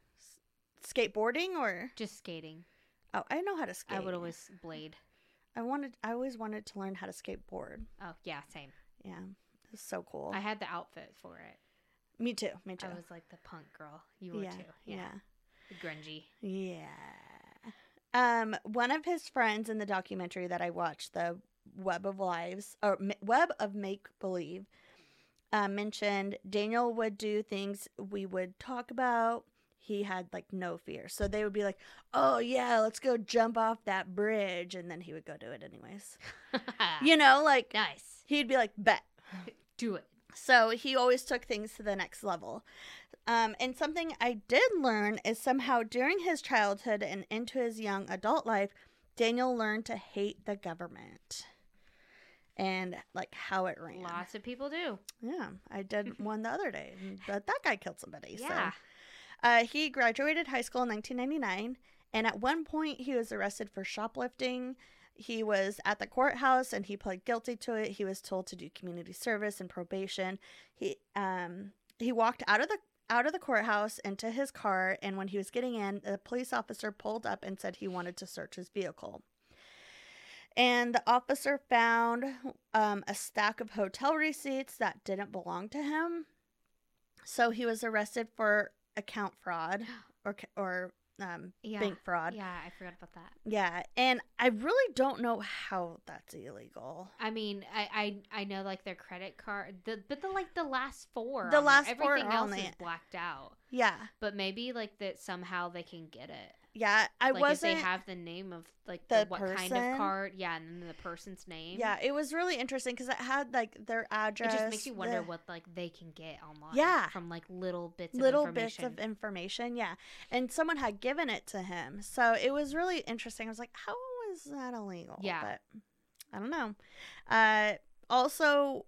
Speaker 1: skateboarding, or
Speaker 2: Just skating.
Speaker 1: oh, I know how to skate.
Speaker 2: I would always blade.
Speaker 1: I wanted. I always wanted to learn how to skateboard.
Speaker 2: Oh yeah, same.
Speaker 1: Yeah, it's so cool.
Speaker 2: I had the outfit for it.
Speaker 1: me too. Me too.
Speaker 2: I was like the punk girl. You were
Speaker 1: yeah,
Speaker 2: too.
Speaker 1: yeah.
Speaker 2: The grungy.
Speaker 1: Yeah. Um, one of his friends in the documentary that I watched, the Web of Lives or M- Web of Make Believe, uh, mentioned Daniel would do things we would talk about. He had like no fear, so they would be like, "Oh yeah, let's go jump off that bridge," and then he would go do it anyways.
Speaker 2: Ah.
Speaker 1: You know, like
Speaker 2: Nice.
Speaker 1: he'd be like, "Bet."
Speaker 2: Do it.
Speaker 1: So he always took things to the next level. Um, and something I did learn is somehow during his childhood and into his young adult life, Daniel learned to hate the government and like how it ran.
Speaker 2: Lots of people do.
Speaker 1: Yeah, I did one the other day, but that guy killed somebody.
Speaker 2: Yeah.
Speaker 1: So uh, he graduated high school in 1999, and at one point he was arrested for shoplifting. He was at the courthouse and he pled guilty to it. He was told to do community service and probation. He um he walked out of the out of the courthouse into his car and when he was getting in, the police officer pulled up and said he wanted to search his vehicle. And the officer found um, a stack of hotel receipts that didn't belong to him. So he was arrested for account fraud or ca- or um,
Speaker 2: Yeah.
Speaker 1: bank fraud. Yeah.
Speaker 2: Yeah, I forgot about that.
Speaker 1: and I really don't know how that's illegal.
Speaker 2: I mean, I I, I know like their credit card, the, but the like the last four,
Speaker 1: The
Speaker 2: on there,
Speaker 1: last four
Speaker 2: everything
Speaker 1: are
Speaker 2: else
Speaker 1: on
Speaker 2: is
Speaker 1: it.
Speaker 2: blacked out.
Speaker 1: Yeah,
Speaker 2: But maybe like that somehow they can get it.
Speaker 1: yeah, I
Speaker 2: like if
Speaker 1: wasn't.
Speaker 2: they have the name of like
Speaker 1: the
Speaker 2: the, what kind
Speaker 1: person.
Speaker 2: of card, yeah, and then the person's name.
Speaker 1: yeah, it was really interesting because it had like their
Speaker 2: it
Speaker 1: address.
Speaker 2: just makes you wonder
Speaker 1: the-
Speaker 2: what like they can get online.
Speaker 1: Yeah.
Speaker 2: from like little bits,
Speaker 1: little
Speaker 2: of
Speaker 1: bits
Speaker 2: information.
Speaker 1: of information. Yeah, and someone had given it to him, so it was really interesting. I was like, how was that illegal?
Speaker 2: Yeah.
Speaker 1: but I don't know. Uh, also,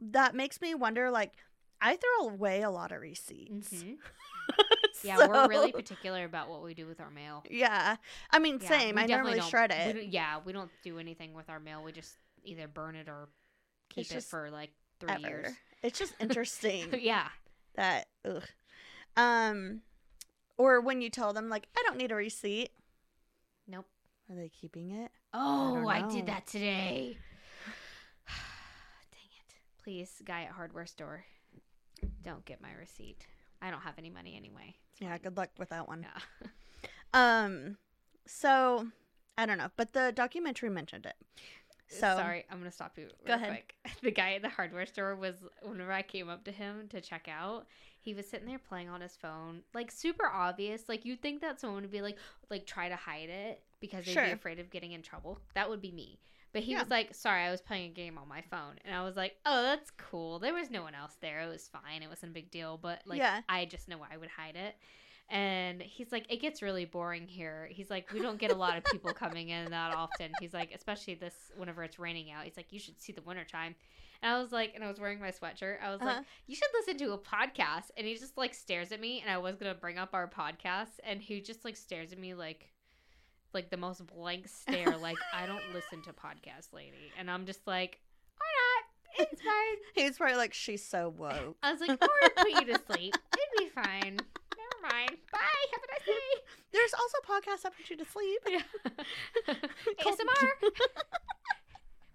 Speaker 1: that makes me wonder. Like, I throw away a lot of receipts.
Speaker 2: Mhm. Yeah, we're really
Speaker 1: So-
Speaker 2: particular about what we do with our mail.
Speaker 1: Yeah, I mean,
Speaker 2: Yeah,
Speaker 1: same.
Speaker 2: we
Speaker 1: I
Speaker 2: definitely
Speaker 1: normally
Speaker 2: don't-
Speaker 1: shred
Speaker 2: we
Speaker 1: it.
Speaker 2: don't- yeah, we don't do anything with our mail. We just either burn it or keep
Speaker 1: It's
Speaker 2: it
Speaker 1: just
Speaker 2: for like three
Speaker 1: ever.
Speaker 2: years.
Speaker 1: It's just interesting
Speaker 2: yeah.
Speaker 1: that, ugh. um, or when you tell them like, I don't need a receipt.
Speaker 2: Nope.
Speaker 1: Are they keeping it?
Speaker 2: Oh,
Speaker 1: don't
Speaker 2: I, did
Speaker 1: know.
Speaker 2: that today. Dang it. Please, guy at hardware store, don't get my receipt. I don't have any money anyway. It's
Speaker 1: Yeah.
Speaker 2: fine.
Speaker 1: Good luck with that one.
Speaker 2: Yeah.
Speaker 1: Um, so I don't know, but the documentary mentioned it. So
Speaker 2: Uh, Sorry, I'm gonna stop you. Real
Speaker 1: Go ahead.
Speaker 2: Quick. The guy at the hardware store was whenever I came up to him to check out, he was sitting there playing on his phone, like super obvious. Like you'd think that someone would be like, like try to hide it because they'd be
Speaker 1: Sure.
Speaker 2: afraid of getting in trouble. That would be me. But he
Speaker 1: Yeah.
Speaker 2: was like, "Sorry, I was playing a game on my phone," and I was like, "Oh, that's cool. There was no one else there. It was fine. It wasn't a big deal." But like,
Speaker 1: Yeah.
Speaker 2: I just know I would hide it. And he's like, it gets really boring here. He's like, we don't get a lot of people coming in that often. He's like, especially this whenever it's raining out. He's like, you should see the winter time. And I was like, and I was wearing my sweatshirt. I was
Speaker 1: Uh-huh.
Speaker 2: like, you should listen to a podcast. And he just like stares at me. And I was gonna bring up our podcast, and he just like stares at me like, like the most blank stare. like I don't listen to podcasts, lady. And I'm just like, all right, it's fine.
Speaker 1: he was probably like, she's so woke.
Speaker 2: I was like, or I'll put you to sleep. It'd be fine. Never mind. Bye. Have a nice day.
Speaker 1: There's also podcasts that put you to sleep.
Speaker 2: Yeah.
Speaker 1: Called-
Speaker 2: ASMR.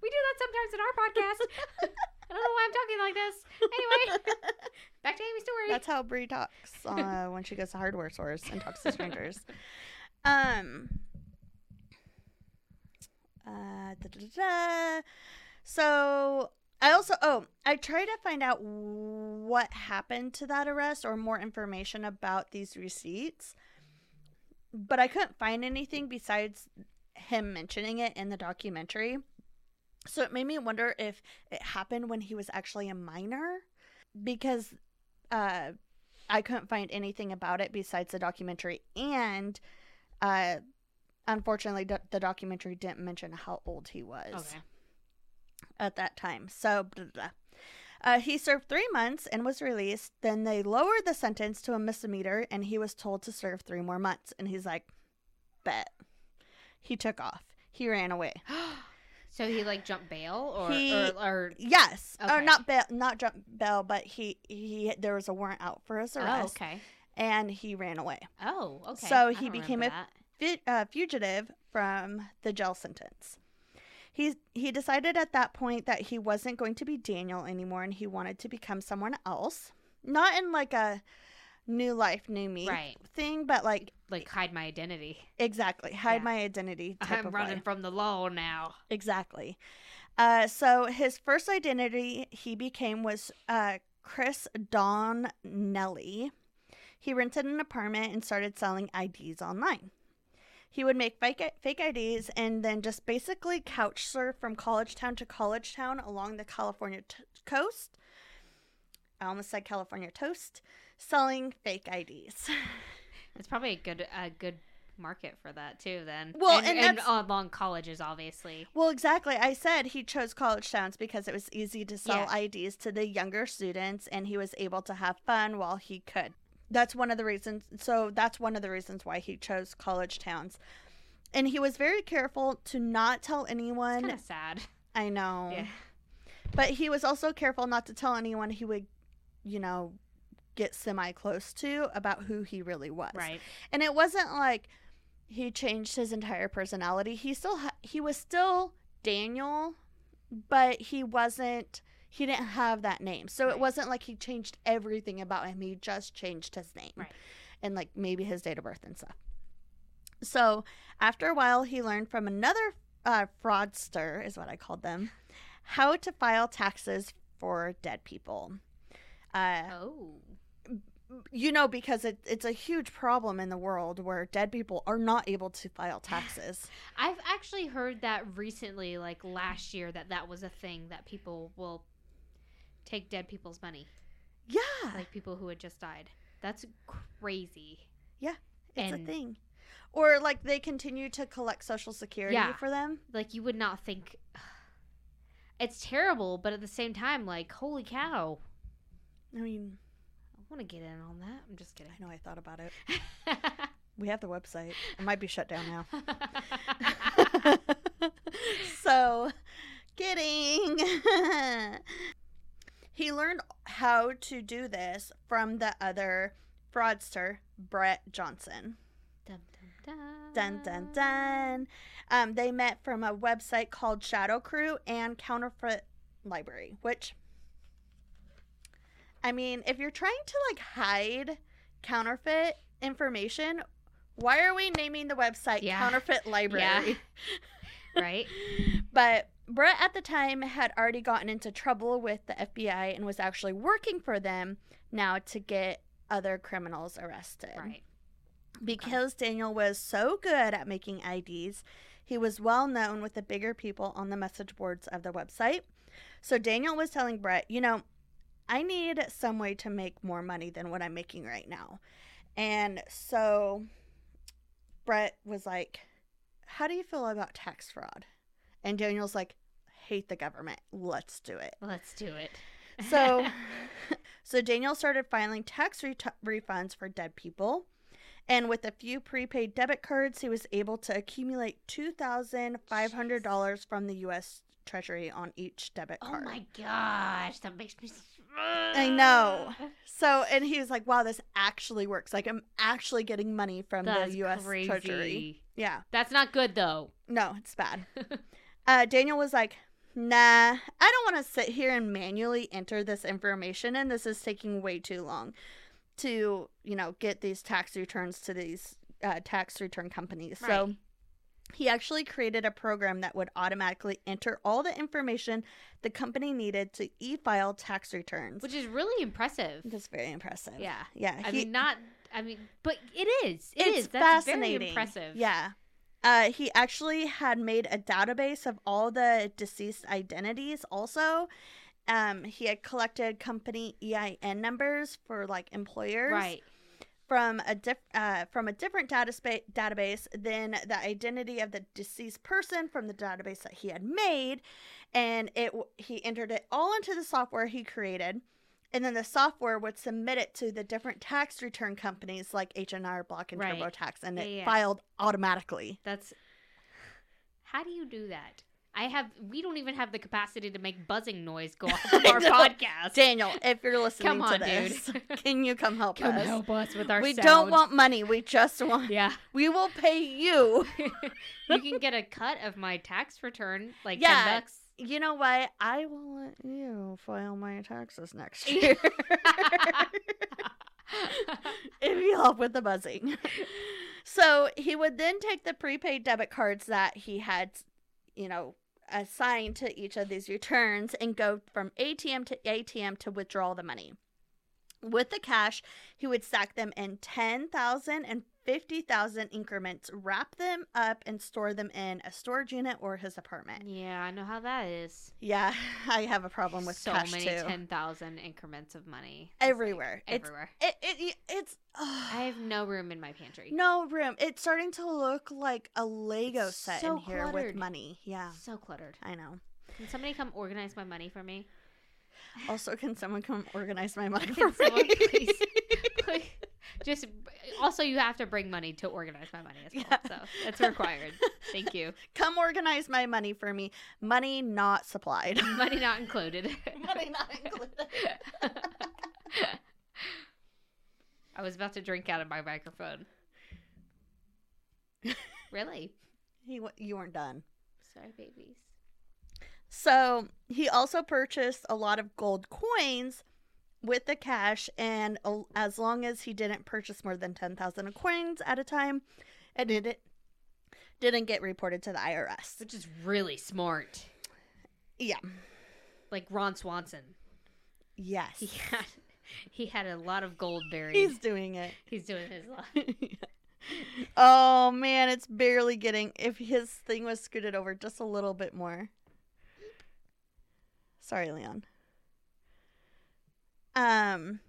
Speaker 2: we do that sometimes in our podcast. I don't know why I'm talking like this. Anyway, back to Amy's story.
Speaker 1: That's how Brie talks uh, when she goes to hardware stores and talks to strangers. Um. Uh, da, da, da, da. So I also oh I try to find out what happened to that arrest or more information about these receipts, but I couldn't find anything besides him mentioning it in the documentary. So it made me wonder if it happened when he was actually a minor, because uh, I couldn't find anything about it besides the documentary, and uh, unfortunately, do- the documentary didn't mention how old he was
Speaker 2: okay.
Speaker 1: at that time. So, blah, blah, blah. Uh, he served three months and was released. Then they lowered the sentence to a misdemeanor, and he was told to serve three more months. And he's like, "Bet." He took off. He ran away.
Speaker 2: so he like jumped bail or
Speaker 1: He-
Speaker 2: or, or
Speaker 1: Yes, or
Speaker 2: Okay.
Speaker 1: not bail, not jump bail, but he he there was a warrant out for his
Speaker 2: oh
Speaker 1: arrest,
Speaker 2: okay
Speaker 1: and he ran away.
Speaker 2: oh okay.
Speaker 1: So
Speaker 2: I
Speaker 1: he
Speaker 2: don't
Speaker 1: became
Speaker 2: remember
Speaker 1: a-
Speaker 2: that.
Speaker 1: fu- uh, fugitive from the jail sentence. He, he decided at that point that he wasn't going to be Daniel anymore and he wanted to become someone else. Not in like a new life, new me
Speaker 2: right
Speaker 1: thing, but like
Speaker 2: like hide my identity.
Speaker 1: exactly hide
Speaker 2: Yeah.
Speaker 1: my identity. Type
Speaker 2: I'm
Speaker 1: of
Speaker 2: running
Speaker 1: life.
Speaker 2: from the law now.
Speaker 1: Exactly. Uh, so his first identity he became was uh, Chris Don Nelly. He rented an apartment and started selling IDs online. He would make fake, fake IDs and then just basically couch surf from college town to college town along the California t- coast. I almost said California toast, selling fake IDs.
Speaker 2: It's probably a good a good market for that too. Then
Speaker 1: Well,
Speaker 2: and,
Speaker 1: and
Speaker 2: and,
Speaker 1: that's-
Speaker 2: along colleges obviously.
Speaker 1: Well, exactly. I said he chose college towns because it was easy to sell
Speaker 2: Yeah.
Speaker 1: IDs to the younger students and he was able to have fun while he could. That's one of the reasons. So, that's one of the reasons why he chose college towns. And he was very careful to not tell anyone.
Speaker 2: Kind of sad.
Speaker 1: I know.
Speaker 2: Yeah.
Speaker 1: But he was also careful not to tell anyone he would, you know, get semi close to about who he really was.
Speaker 2: Right.
Speaker 1: And it wasn't like he changed his entire personality. He still ha- he was still Daniel, but he wasn't he didn't have that name. So
Speaker 2: Right.
Speaker 1: it wasn't like he changed everything about him. He just changed his name.
Speaker 2: Right.
Speaker 1: And like maybe his date of birth and stuff. So after a while he learned from another uh, fraudster is what I called them how to file taxes for dead people. Uh,
Speaker 2: Oh.
Speaker 1: you know because it, it's a huge problem in the world where dead people are not able to file taxes
Speaker 2: I've actually heard that recently, like last year, that that was a thing that people will take dead people's money,
Speaker 1: yeah
Speaker 2: like people who had just died. That's crazy.
Speaker 1: it's a
Speaker 2: and-
Speaker 1: thing or like they continue to collect social security
Speaker 2: Yeah.
Speaker 1: for them
Speaker 2: Like you would not think. It's terrible, but at the same time, like holy cow,
Speaker 1: i mean
Speaker 2: I want to get in on that. I'm just kidding.
Speaker 1: i know i thought about it we have the website it might be shut down now so kidding He learned how to do this from the other fraudster, Brett Johnson.
Speaker 2: Dun dun
Speaker 1: Dun dun dun. Um, they met from a website called Shadow Crew and Counterfeit Library, which, I mean, if you're trying to like hide counterfeit information, why are we naming the website
Speaker 2: Yeah.
Speaker 1: Counterfeit Library?
Speaker 2: Right?
Speaker 1: But Brett at the time had already gotten into trouble with the FBI and was actually working for them now to get other criminals arrested.
Speaker 2: right.
Speaker 1: Because Daniel was so good at making IDs, he was well known with the bigger people on the message boards of the website. So Daniel was telling Brett, you know, I need some way to make more money than what I'm making right now. And so Brett was like, How do you feel about tax fraud? And Daniel's like, Hate the government. Let's do it.
Speaker 2: Let's do it.
Speaker 1: So, so Daniel started filing tax re- refunds for dead people, and with a few prepaid debit cards, he was able to accumulate two thousand five hundred dollars from the U.S. Treasury on each debit
Speaker 2: oh
Speaker 1: card.
Speaker 2: my gosh, that makes me.
Speaker 1: I know. So, and he was like, "Wow, this actually works. Like, I'm actually getting money from
Speaker 2: That's
Speaker 1: the U.S.
Speaker 2: crazy.
Speaker 1: Treasury." Yeah.
Speaker 2: That's not good though.
Speaker 1: No, it's bad. uh, Daniel was like, nah, I don't want to sit here and manually enter this information, and this is taking way too long to, you know, get these tax returns to these uh, tax return companies. So
Speaker 2: Right.
Speaker 1: he actually created a program that would automatically enter all the information the company needed to e file tax returns. Which
Speaker 2: Which is really impressive.
Speaker 1: is very impressive.
Speaker 2: Yeah.
Speaker 1: Yeah.
Speaker 2: I
Speaker 1: he-
Speaker 2: mean, not. I mean, but it is. It
Speaker 1: it's
Speaker 2: is. That's
Speaker 1: fascinating.
Speaker 2: very impressive.
Speaker 1: Yeah. Uh, he actually had made a database of all the deceased identities also. Um, he had collected company EIN numbers for like employers
Speaker 2: Right.
Speaker 1: from a diff- uh, from a different dataspa- database than the identity of the deceased person from the database that he had made, and it w- he entered it all into the software he created, and then the software would submit it to the different tax return companies like H&R Block and
Speaker 2: Right.
Speaker 1: TurboTax, and
Speaker 2: Yeah,
Speaker 1: it
Speaker 2: yeah.
Speaker 1: filed automatically.
Speaker 2: That's. How do you do that? I have. We don't even have the capacity to make buzzing noise go off of
Speaker 1: I
Speaker 2: our
Speaker 1: know.
Speaker 2: podcast.
Speaker 1: Daniel, if you're listening
Speaker 2: Come
Speaker 1: to
Speaker 2: on,
Speaker 1: this,
Speaker 2: dude.
Speaker 1: can you come help
Speaker 2: Come
Speaker 1: us?
Speaker 2: help us with our.
Speaker 1: we
Speaker 2: sound.
Speaker 1: don't want money. We just want.
Speaker 2: Yeah.
Speaker 1: We will pay you.
Speaker 2: you can get a cut of my tax return, like
Speaker 1: Yeah.
Speaker 2: ten bucks.
Speaker 1: You know what? I will let you file my taxes next year. if you help with the buzzing. So he would then take the prepaid debit cards that he had, you know, assigned to each of these returns and go from ATM to ATM to withdraw the money. With the cash, he would stack them in 10,000 and 50,000 increments, wrap them up, and store them in a storage unit or his apartment.
Speaker 2: yeah, I know how that is.
Speaker 1: Yeah, I have a problem with
Speaker 2: so
Speaker 1: cash
Speaker 2: many
Speaker 1: too.
Speaker 2: ten thousand increments of money It's like
Speaker 1: everywhere. It's
Speaker 2: everywhere.
Speaker 1: it, it it's ugh.
Speaker 2: I have no room in my pantry.
Speaker 1: no room. It's starting to look like a Lego
Speaker 2: It's
Speaker 1: set
Speaker 2: so
Speaker 1: in here with
Speaker 2: cluttered.
Speaker 1: money. Yeah,
Speaker 2: So cluttered.
Speaker 1: I know.
Speaker 2: Can somebody come organize my money for me?
Speaker 1: Also, can someone come organize my money for
Speaker 2: Can someone
Speaker 1: me?
Speaker 2: please, please just also you have to bring money to organize my money as well.
Speaker 1: Yeah.
Speaker 2: So it's required. Thank you.
Speaker 1: come organize my money for me. Money not supplied.
Speaker 2: Money not included.
Speaker 1: money not included.
Speaker 2: I was about to drink out of my microphone. really?
Speaker 1: He, wa- you weren't done.
Speaker 2: Sorry, babies.
Speaker 1: So he also purchased a lot of gold coins with the cash, and a- as long as he didn't purchase more than ten thousand coins at a time, and it didn't- didn't get reported to the IRS.
Speaker 2: Which is really smart.
Speaker 1: Yeah.
Speaker 2: Like Ron Swanson.
Speaker 1: Yes.
Speaker 2: He had, he had a lot of gold buried.
Speaker 1: He's
Speaker 2: He's,
Speaker 1: doing it.
Speaker 2: doing his lot.
Speaker 1: oh man, it's barely getting. If his thing was scooted over just a little bit more. Sorry, Leon. Um.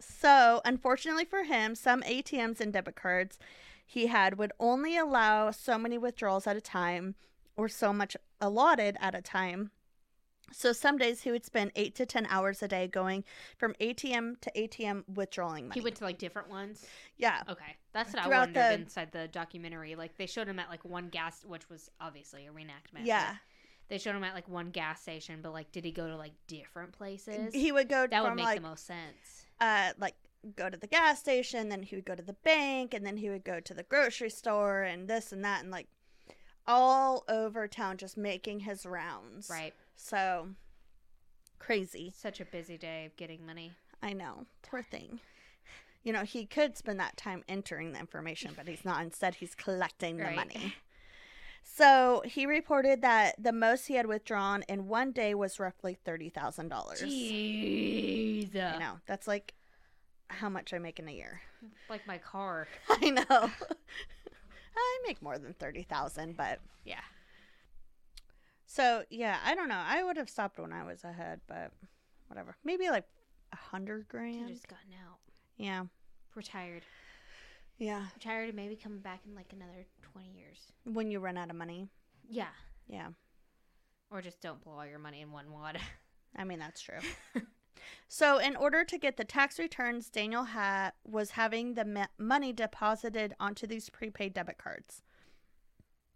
Speaker 1: So, unfortunately for him, some ATMs and debit cards he had would only allow so many withdrawals at a time or so much allotted at a time. So, some days he would spend eight to 10 hours a day going from ATM to ATM withdrawing money.
Speaker 2: He went to like different ones.
Speaker 1: yeah.
Speaker 2: Okay. That's what I
Speaker 1: Throughout
Speaker 2: wondered
Speaker 1: the-
Speaker 2: inside the documentary. Like they showed him at like one gas, which was obviously a reenactment. but
Speaker 1: Yeah.
Speaker 2: They showed him at like one gas station, but like, did he go to like different places?
Speaker 1: He would go
Speaker 2: that would
Speaker 1: from
Speaker 2: make
Speaker 1: like
Speaker 2: the most sense.
Speaker 1: uh like go to the gas station, then he would go to the bank, and then he would go to the grocery store and this and that and like all over town just making his rounds.
Speaker 2: Right.
Speaker 1: So crazy.
Speaker 2: Such a busy day of getting money.
Speaker 1: I know. Poor thing. You know, he could spend that time entering the information, but he's not. Instead, he's collecting the
Speaker 2: Right.
Speaker 1: money. So he reported that the most he had withdrawn in one day was roughly $30,000.
Speaker 2: Jeez.
Speaker 1: I know. That's like how much I make in a year.
Speaker 2: Like my car.
Speaker 1: I know. I make more than 30,000, but
Speaker 2: Yeah.
Speaker 1: so yeah, I don't know. I would have stopped when I was ahead, but whatever. Maybe like a hundred
Speaker 2: Could
Speaker 1: grand.
Speaker 2: have just gotten out.
Speaker 1: Yeah.
Speaker 2: Retired.
Speaker 1: Yeah.
Speaker 2: Retired and maybe coming back in like another 20 years.
Speaker 1: When you run out of money.
Speaker 2: Yeah.
Speaker 1: Yeah.
Speaker 2: Or just don't blow all your money in one wad.
Speaker 1: I mean, that's true. so, in order to get the tax returns, Daniel ha- was having the ma- money deposited onto these prepaid debit cards.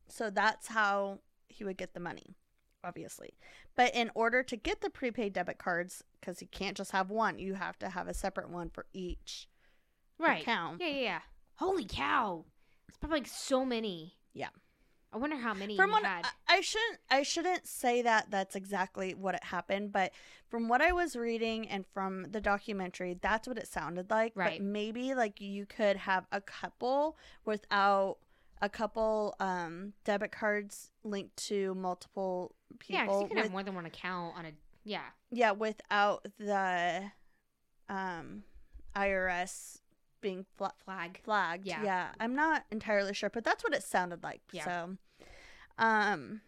Speaker 1: So, that's how he would get the money, obviously. But in order to get the prepaid debit cards, because you can't just have one, you have to have a separate one for each.
Speaker 2: Right.
Speaker 1: Account.
Speaker 2: Yeah, yeah, yeah. Holy cow. It's probably like so many.
Speaker 1: Yeah.
Speaker 2: I wonder how many
Speaker 1: from uh,
Speaker 2: he
Speaker 1: what I,
Speaker 2: had.
Speaker 1: I shouldn't I shouldn't say that that's exactly what it happened, but from what I was reading and from the documentary, that's what it sounded like.
Speaker 2: Right.
Speaker 1: But maybe like you could have a couple without a couple um, debit cards linked to multiple
Speaker 2: yeah, 'cause
Speaker 1: people.
Speaker 2: you can
Speaker 1: with-
Speaker 2: have more than one account on a. Yeah.
Speaker 1: yeah, without the um, IRS being fla-
Speaker 2: Flag.
Speaker 1: flagged.
Speaker 2: Yeah.
Speaker 1: Yeah. I'm not entirely sure, but that's what it sounded like.
Speaker 2: Yeah.
Speaker 1: So um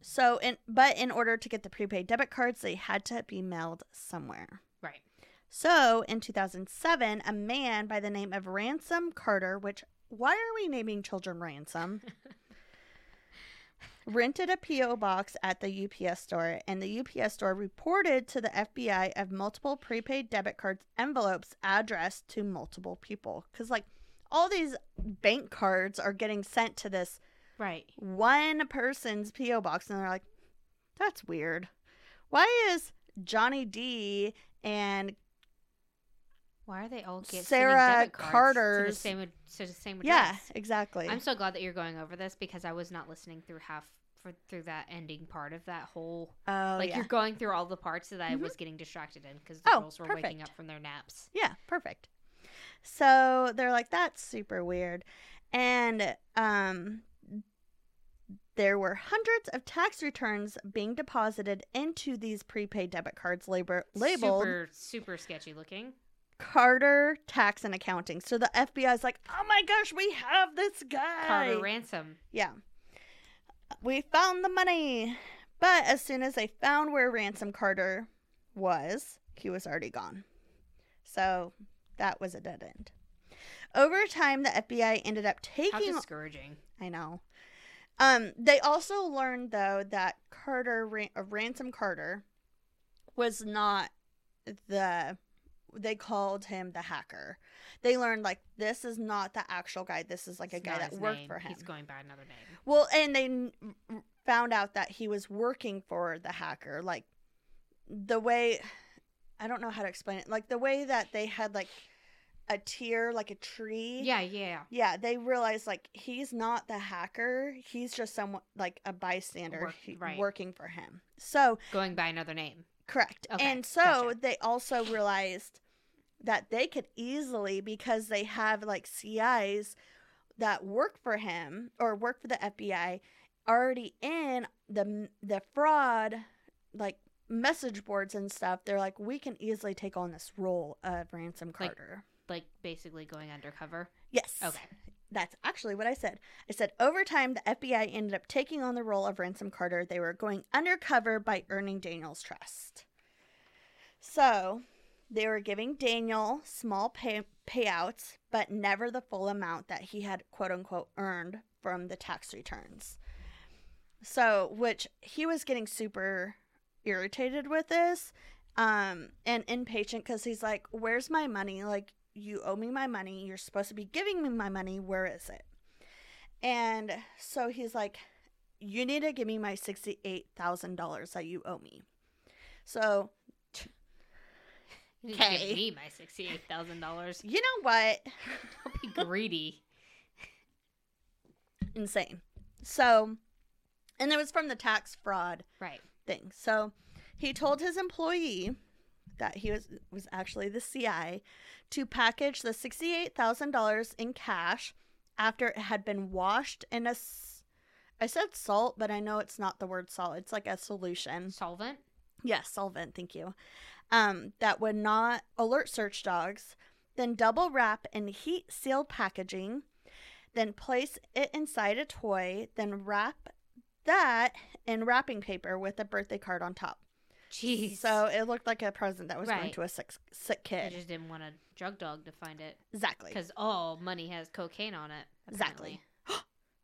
Speaker 1: so in but in order to get the prepaid debit cards, they had to be mailed somewhere.
Speaker 2: Right.
Speaker 1: So in 2007, a man by the name of Ransom Carter, which why are we naming children Ransom? rented a P.O. box at the UPS store, and the UPS store reported to the FBI of multiple prepaid debit cards envelopes addressed to multiple people. Because, like, all these bank cards are getting sent to this
Speaker 2: Right.
Speaker 1: one person's P.O. box, and they're like, that's weird. Why is Johnny D and
Speaker 2: Why are they all get
Speaker 1: Sarah
Speaker 2: Sarah Carter's
Speaker 1: Carter's-
Speaker 2: to the same ad- to the same
Speaker 1: yeah,
Speaker 2: address?
Speaker 1: exactly.
Speaker 2: I'm so glad that you're going over this because I was not listening through half for through that ending part of that whole
Speaker 1: oh,
Speaker 2: like
Speaker 1: yeah.
Speaker 2: you're going through all the parts that I
Speaker 1: Mhm.
Speaker 2: was getting distracted in because the
Speaker 1: Oh,
Speaker 2: girls were waking
Speaker 1: perfect.
Speaker 2: up from their naps.
Speaker 1: Yeah, perfect. So they're like, that's super weird. And um, there were hundreds of tax returns being deposited into these prepaid debit cards labor- labeled
Speaker 2: super super sketchy looking.
Speaker 1: Carter Tax and Accounting. So the FBI's like, oh my gosh, we have this guy.
Speaker 2: Carter ransom.
Speaker 1: Yeah. We found the money. But as soon as they found where Ransom Carter was, he was already gone. So that was a dead end. Over time, the FBI ended up
Speaker 2: How
Speaker 1: taking.
Speaker 2: discouraging.
Speaker 1: I know. Um, they also learned though that Carter Ran- uh, Ransom Carter was not the they called him the hacker. They learned like this is not the actual guy. This is like
Speaker 2: It's
Speaker 1: a guy
Speaker 2: not
Speaker 1: that
Speaker 2: his
Speaker 1: worked
Speaker 2: name.
Speaker 1: for him.
Speaker 2: He's going by another name.
Speaker 1: Well, and they n- r- found out that he was working for the hacker. Like the way I don't know how to explain it. Like the way that they had like a tier, like a tree.
Speaker 2: Yeah, yeah.
Speaker 1: Yeah, they realized like he's not the hacker. He's just someone like a bystander
Speaker 2: Work-
Speaker 1: he-
Speaker 2: right.
Speaker 1: working for him. So,
Speaker 2: Going by another name.
Speaker 1: correct.
Speaker 2: Okay,
Speaker 1: and so
Speaker 2: gotcha.
Speaker 1: they also realized that they could easily because they have like CIs that work for him or work for the FBI already in the the fraud like message boards and stuff. They're like we can easily take on this role of ransom
Speaker 2: Like-
Speaker 1: Carter.
Speaker 2: Like basically going undercover.
Speaker 1: yes.
Speaker 2: Okay.
Speaker 1: That's actually what I said. I said over time, the FBI ended up taking on the role of Ransom Carter. They were going undercover by earning Daniel's trust. So they were giving Daniel small pay- payouts, but never the full amount that he had quote unquote earned from the tax returns. So, which he was getting super irritated with this um, and impatient because he's like, Where's my money? Like, you owe me my money. You're supposed to be giving me my money. Where is it? And so he's like, you need to give me my $68,000 that you owe me. So,
Speaker 2: You didn't
Speaker 1: Okay.
Speaker 2: Give me my sixty-eight thousand dollars.
Speaker 1: you know what?
Speaker 2: Don't be greedy.
Speaker 1: Insane. So, and it was from the tax fraud
Speaker 2: right.
Speaker 1: thing. So he told his employee that he was was actually the CI to package the $68,000 in cash after it had been washed in a s- I said salt, but I know it's not the word salt. It's like a solution.
Speaker 2: Mm. Solvent.
Speaker 1: Yes, solvent, thank you. Um that would not alert search dogs, then double wrap in heat sealed packaging, then place it inside a toy, then wrap that in wrapping paper with a birthday card on top.
Speaker 2: Jeez.
Speaker 1: So it looked like a present that was going
Speaker 2: Right.
Speaker 1: to a sick, sick
Speaker 2: I
Speaker 1: kid.
Speaker 2: just didn't want a drug dog to find it
Speaker 1: Exactly.
Speaker 2: because all money has cocaine on it.
Speaker 1: Exactly.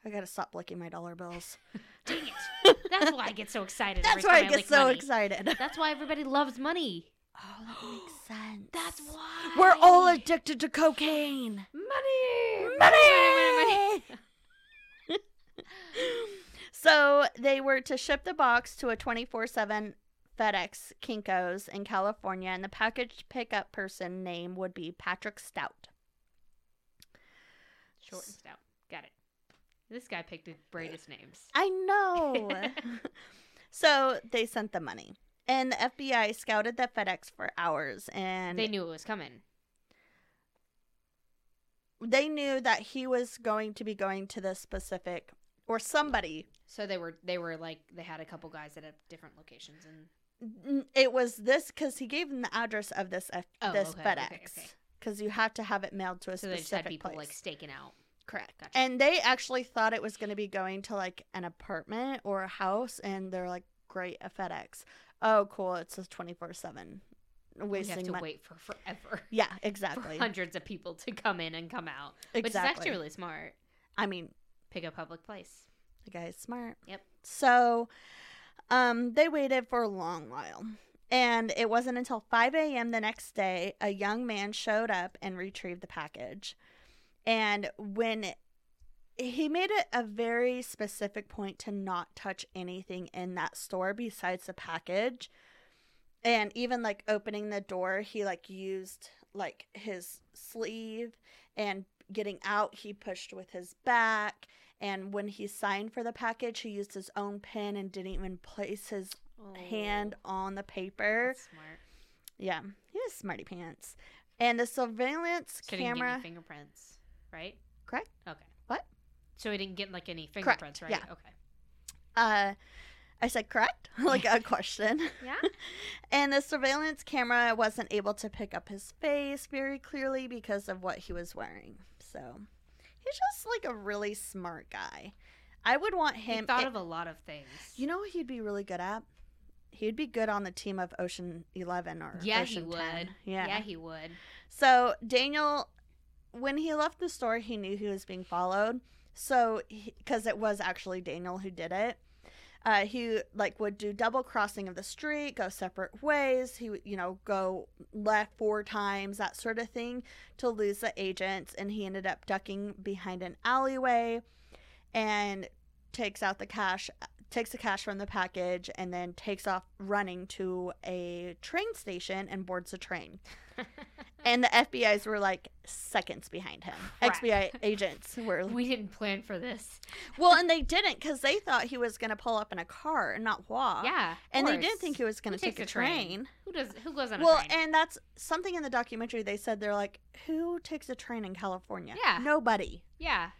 Speaker 1: I gotta stop licking my dollar bills.
Speaker 2: apparently. Dang it! That's why I get so excited.
Speaker 1: That's
Speaker 2: every
Speaker 1: why I
Speaker 2: time
Speaker 1: get
Speaker 2: lick
Speaker 1: so
Speaker 2: money.
Speaker 1: excited.
Speaker 2: That's why everybody loves money.
Speaker 1: Oh, that makes sense.
Speaker 2: That's why
Speaker 1: We're all addicted to cocaine.
Speaker 2: money.
Speaker 1: so they were to ship the box to a 24 7 FedEx Kinko's in California, and the package pickup person name would be Patrick Stout.
Speaker 2: Short and stout. Got it. This guy picked the greatest names.
Speaker 1: I know. so they sent the money, and the FBI scouted the FedEx for hours, and
Speaker 2: They knew it was coming.
Speaker 1: they knew that he was going to be going to this specific or somebody
Speaker 2: So they were they were like they had a couple guys at a different locations and
Speaker 1: N- it was this because he gave them the address of this F-
Speaker 2: Oh,
Speaker 1: this
Speaker 2: okay, okay,
Speaker 1: FedEx
Speaker 2: okay.
Speaker 1: because you have to have it mailed to a
Speaker 2: so they just
Speaker 1: specific
Speaker 2: had people
Speaker 1: place.
Speaker 2: like staking out.
Speaker 1: correct.
Speaker 2: Gotcha.
Speaker 1: And they actually thought it was going to be going to like an apartment or a house, and they're like, "Great, a FedEx. Oh, cool. It's a twenty four seven
Speaker 2: We have
Speaker 1: wasting
Speaker 2: to
Speaker 1: money."
Speaker 2: wait for forever
Speaker 1: Yeah,
Speaker 2: for
Speaker 1: exactly.
Speaker 2: hundreds of people to come in and come out,
Speaker 1: exactly.
Speaker 2: which is actually really smart.
Speaker 1: I mean,
Speaker 2: Pick a public place.
Speaker 1: The guy's smart.
Speaker 2: Yep.
Speaker 1: So um, they waited for a long while. And it wasn't until 5 a.m. the next day a young man showed up and retrieved the package. And when it- he made it a very specific point to not touch anything in that store besides the package. And even like opening the door, he like used like his sleeve and getting out, he pushed with his back and when he signed for the package he used his own pen and didn't even place his
Speaker 2: Oh.
Speaker 1: hand on the paper
Speaker 2: That's smart.
Speaker 1: yeah he was smarty pants and the surveillance
Speaker 2: So he didn't get
Speaker 1: camera
Speaker 2: any fingerprints, right?
Speaker 1: correct
Speaker 2: Okay.
Speaker 1: What?
Speaker 2: So he didn't get like any
Speaker 1: Correct,
Speaker 2: fingerprints, right?
Speaker 1: yeah.
Speaker 2: Okay.
Speaker 1: uh i said correct like a question
Speaker 2: Yeah.
Speaker 1: and the surveillance camera wasn't able to pick up his face very clearly because of what he was wearing so he's just like a really smart guy i would want
Speaker 2: he
Speaker 1: him
Speaker 2: thought
Speaker 1: it-
Speaker 2: of a lot of things.
Speaker 1: You know what he'd be really good at? He'd be good on the team of Ocean Eleven or
Speaker 2: yeah,
Speaker 1: Ocean
Speaker 2: he would.
Speaker 1: 10.
Speaker 2: Yeah.
Speaker 1: Yeah.
Speaker 2: he would.
Speaker 1: So Daniel, when he left the store, he knew he was being followed. So because it was actually Daniel who did it, uh, he like would do double crossing of the street, go separate ways. He would you know go left four times, that sort of thing, to lose the agents, and he ended up ducking behind an alleyway, and takes out the cash takes the cash from the package and then takes off running to a train station and boards a train. and the FBI's were like seconds behind him.
Speaker 2: Crap.
Speaker 1: FBI agents were
Speaker 2: We didn't plan for this.
Speaker 1: well, and they didn't because they thought he was going to pull up in a car and not walk.
Speaker 2: yeah.
Speaker 1: Uh,
Speaker 2: of
Speaker 1: and they
Speaker 2: course.
Speaker 1: didn't think he was going
Speaker 2: Who
Speaker 1: to take a
Speaker 2: takes a
Speaker 1: train.
Speaker 2: train? Who does? Who goes on a
Speaker 1: Well,
Speaker 2: train?
Speaker 1: and that's something in the documentary. They said they're like, who takes a train in California?
Speaker 2: Yeah.
Speaker 1: nobody.
Speaker 2: yeah.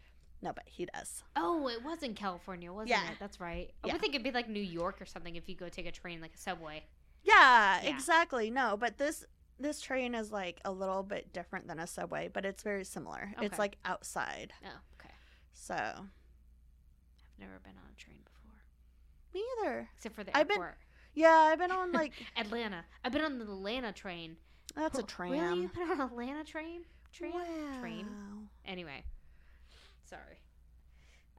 Speaker 1: No, but he does.
Speaker 2: Oh, it was in California, wasn't
Speaker 1: Yeah.
Speaker 2: it? That's right. I
Speaker 1: Yeah.
Speaker 2: would think it'd be like New York or something if you go take a train, like a subway.
Speaker 1: Yeah,
Speaker 2: Yeah.
Speaker 1: exactly. No, but this this train is like a little bit different than a subway, but it's very similar.
Speaker 2: Okay.
Speaker 1: It's like outside.
Speaker 2: Oh, okay.
Speaker 1: So
Speaker 2: I've never been on a train before,
Speaker 1: me either.
Speaker 2: except for the
Speaker 1: I've been-
Speaker 2: airport.
Speaker 1: Yeah, I've been on like
Speaker 2: Atlanta. I've been on the Atlanta train.
Speaker 1: that's a
Speaker 2: Oh,
Speaker 1: tram.
Speaker 2: Really, you've been on an Atlanta train? Train?
Speaker 1: Wow.
Speaker 2: Train? Anyway, sorry.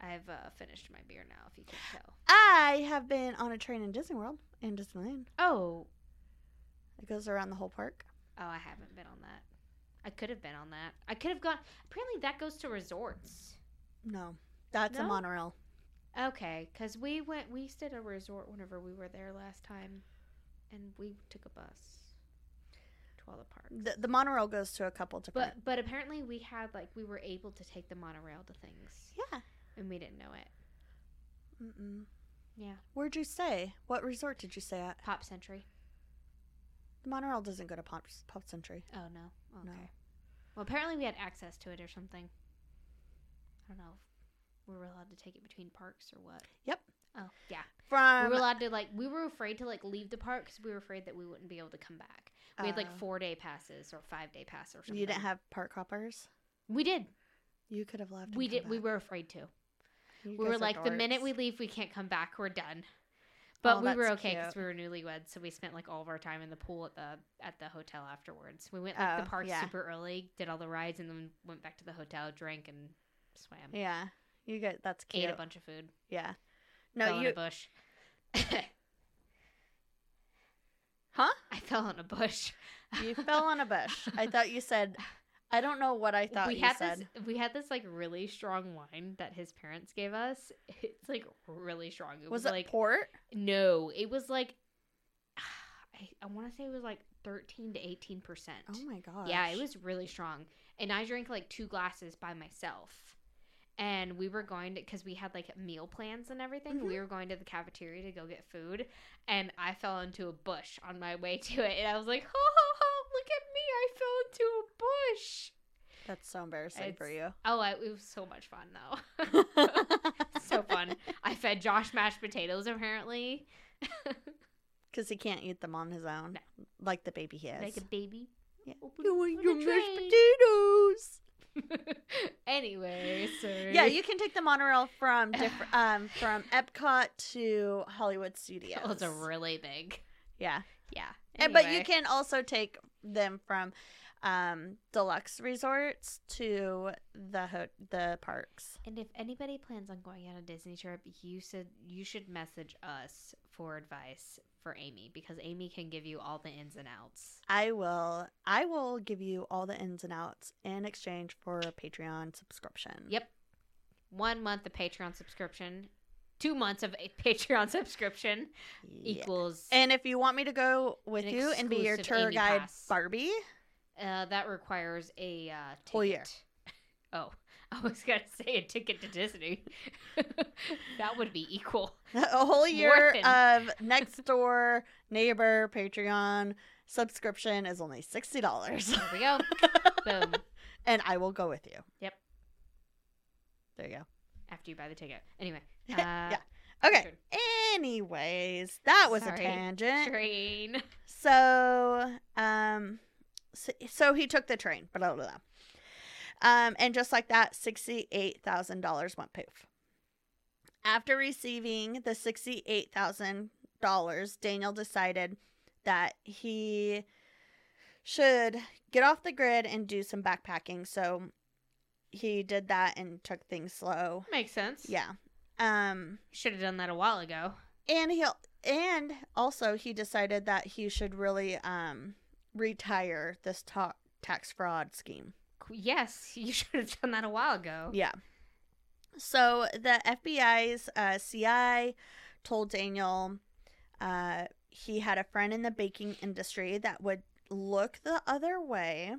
Speaker 2: I've uh, finished my beer now. If you can tell.
Speaker 1: I have been on a train in Disney World and Disneyland.
Speaker 2: Oh,
Speaker 1: It goes around the whole park.
Speaker 2: oh, I haven't been on that. I could have been on that. I could have gone. Apparently, that goes to resorts.
Speaker 1: No, that's a
Speaker 2: No?
Speaker 1: monorail.
Speaker 2: Okay, because we went, we stayed at a resort whenever we were there last time, and we took a bus to all the parks.
Speaker 1: The, the monorail goes to a couple different.
Speaker 2: but but apparently we had like we were able to take the monorail to things,
Speaker 1: yeah.
Speaker 2: and we didn't know it.
Speaker 1: Mm-mm.
Speaker 2: Yeah,
Speaker 1: Where'd you stay? What resort did you stay at?
Speaker 2: Pop Century.
Speaker 1: The monorail doesn't go to Pop, Pop Century.
Speaker 2: Oh no. Okay.
Speaker 1: No.
Speaker 2: Well, apparently we had access to it or something. I don't know. if We were allowed to take it between parks or what?
Speaker 1: Yep.
Speaker 2: Oh yeah. we
Speaker 1: From
Speaker 2: were allowed to like. We were afraid to like leave the park because we were afraid that we wouldn't be able to come back. We had like
Speaker 1: uh,
Speaker 2: four day passes or five day pass or something.
Speaker 1: You didn't have park hoppers.
Speaker 2: We did.
Speaker 1: You could have left. and
Speaker 2: We
Speaker 1: come
Speaker 2: did. We
Speaker 1: back.
Speaker 2: were afraid to.
Speaker 1: You
Speaker 2: We
Speaker 1: guys
Speaker 2: were
Speaker 1: are
Speaker 2: like, the minute
Speaker 1: dorks.
Speaker 2: we leave, we can't come back. We're done. But
Speaker 1: Oh,
Speaker 2: we were
Speaker 1: that's
Speaker 2: okay because
Speaker 1: cute.
Speaker 2: we were newlyweds, so we spent like all of our time in the pool at the at the hotel afterwards. We went like
Speaker 1: Oh,
Speaker 2: the park
Speaker 1: yeah.
Speaker 2: super early, did all the rides, and then went back to the hotel, drank and swam,
Speaker 1: Yeah, you get that's
Speaker 2: ate
Speaker 1: cute.
Speaker 2: a bunch of food,
Speaker 1: Yeah.
Speaker 2: fell
Speaker 1: No,
Speaker 2: in a
Speaker 1: you.
Speaker 2: bush.
Speaker 1: Huh?
Speaker 2: I fell in a bush.
Speaker 1: You fell on a bush. I thought you said. I don't know what I thought
Speaker 2: we
Speaker 1: you
Speaker 2: had
Speaker 1: said.
Speaker 2: this we had this like really strong wine that his parents gave us. It's like really strong. It
Speaker 1: was it
Speaker 2: was, like
Speaker 1: port?
Speaker 2: no, it was like I, I want to say it was like 13 to 18 percent.
Speaker 1: Oh my god.
Speaker 2: Yeah, it was really strong. And I drank like two glasses by myself. And we were going to, because we had like meal plans and everything,
Speaker 1: Mm-hmm.
Speaker 2: we were going to the cafeteria to go get food. And I fell into a bush on my way to it. And I was like, ho, ho, ho, look at me. I fell into a bush.
Speaker 1: That's so embarrassing for
Speaker 2: It's-
Speaker 1: you.
Speaker 2: Oh, I, it was so much fun, though. so fun. I fed Josh mashed potatoes, apparently,
Speaker 1: Because he can't eat them on his own, like the baby he is.
Speaker 2: like a baby.
Speaker 1: Yeah.
Speaker 2: Open
Speaker 1: You
Speaker 2: up
Speaker 1: eat
Speaker 2: the
Speaker 1: your mashed
Speaker 2: tray.
Speaker 1: potatoes.
Speaker 2: anyway, so.
Speaker 1: Yeah, you can take the monorail from different, um, from Epcot to Hollywood Studios.
Speaker 2: That was a really big.
Speaker 1: yeah,
Speaker 2: Yeah.
Speaker 1: and but you
Speaker 2: Anyway.
Speaker 1: can also take them from um, deluxe resorts to the ho- the parks.
Speaker 2: And if anybody plans on going on a Disney trip, you should you should message us for advice for Amy because Amy can give you all the ins and outs.
Speaker 1: I will I will give you all the ins and outs in exchange for a Patreon subscription.
Speaker 2: Yep. One month of Patreon subscription, two months of a Patreon subscription
Speaker 1: Yeah.
Speaker 2: equals
Speaker 1: And if you want me to go with
Speaker 2: An
Speaker 1: you and be your
Speaker 2: exclusive
Speaker 1: tour
Speaker 2: Amy
Speaker 1: guide,
Speaker 2: pass.
Speaker 1: Barbie,
Speaker 2: uh, that requires a uh, ticket.
Speaker 1: Whole year.
Speaker 2: Oh, I was gonna say a ticket to Disney. that would be equal.
Speaker 1: a whole year
Speaker 2: than-
Speaker 1: of next door neighbor Patreon subscription is only sixty dollars,
Speaker 2: There we go. Boom.
Speaker 1: and I will go with you.
Speaker 2: Yep.
Speaker 1: There you go.
Speaker 2: After you buy the ticket. Anyway. Uh,
Speaker 1: Yeah. Okay.
Speaker 2: Good.
Speaker 1: Anyways, that was
Speaker 2: Sorry.
Speaker 1: a tangent.
Speaker 2: Train.
Speaker 1: So, um, so, so he took the train, blah, blah, blah. Um, and just like that, $68,000 went poof. After receiving the $68,000, Daniel decided that he should get off the grid and do some backpacking. So he did that and took things slow.
Speaker 2: Makes sense.
Speaker 1: Yeah. Um,
Speaker 2: Should have done that a while ago.
Speaker 1: and he and also he decided that he should really um retire this ta- tax fraud scheme.
Speaker 2: Qu- Yes, you should have done that a while ago.
Speaker 1: Yeah. So the FBI's uh, CI told Daniel uh, he had a friend in the baking industry that would look the other way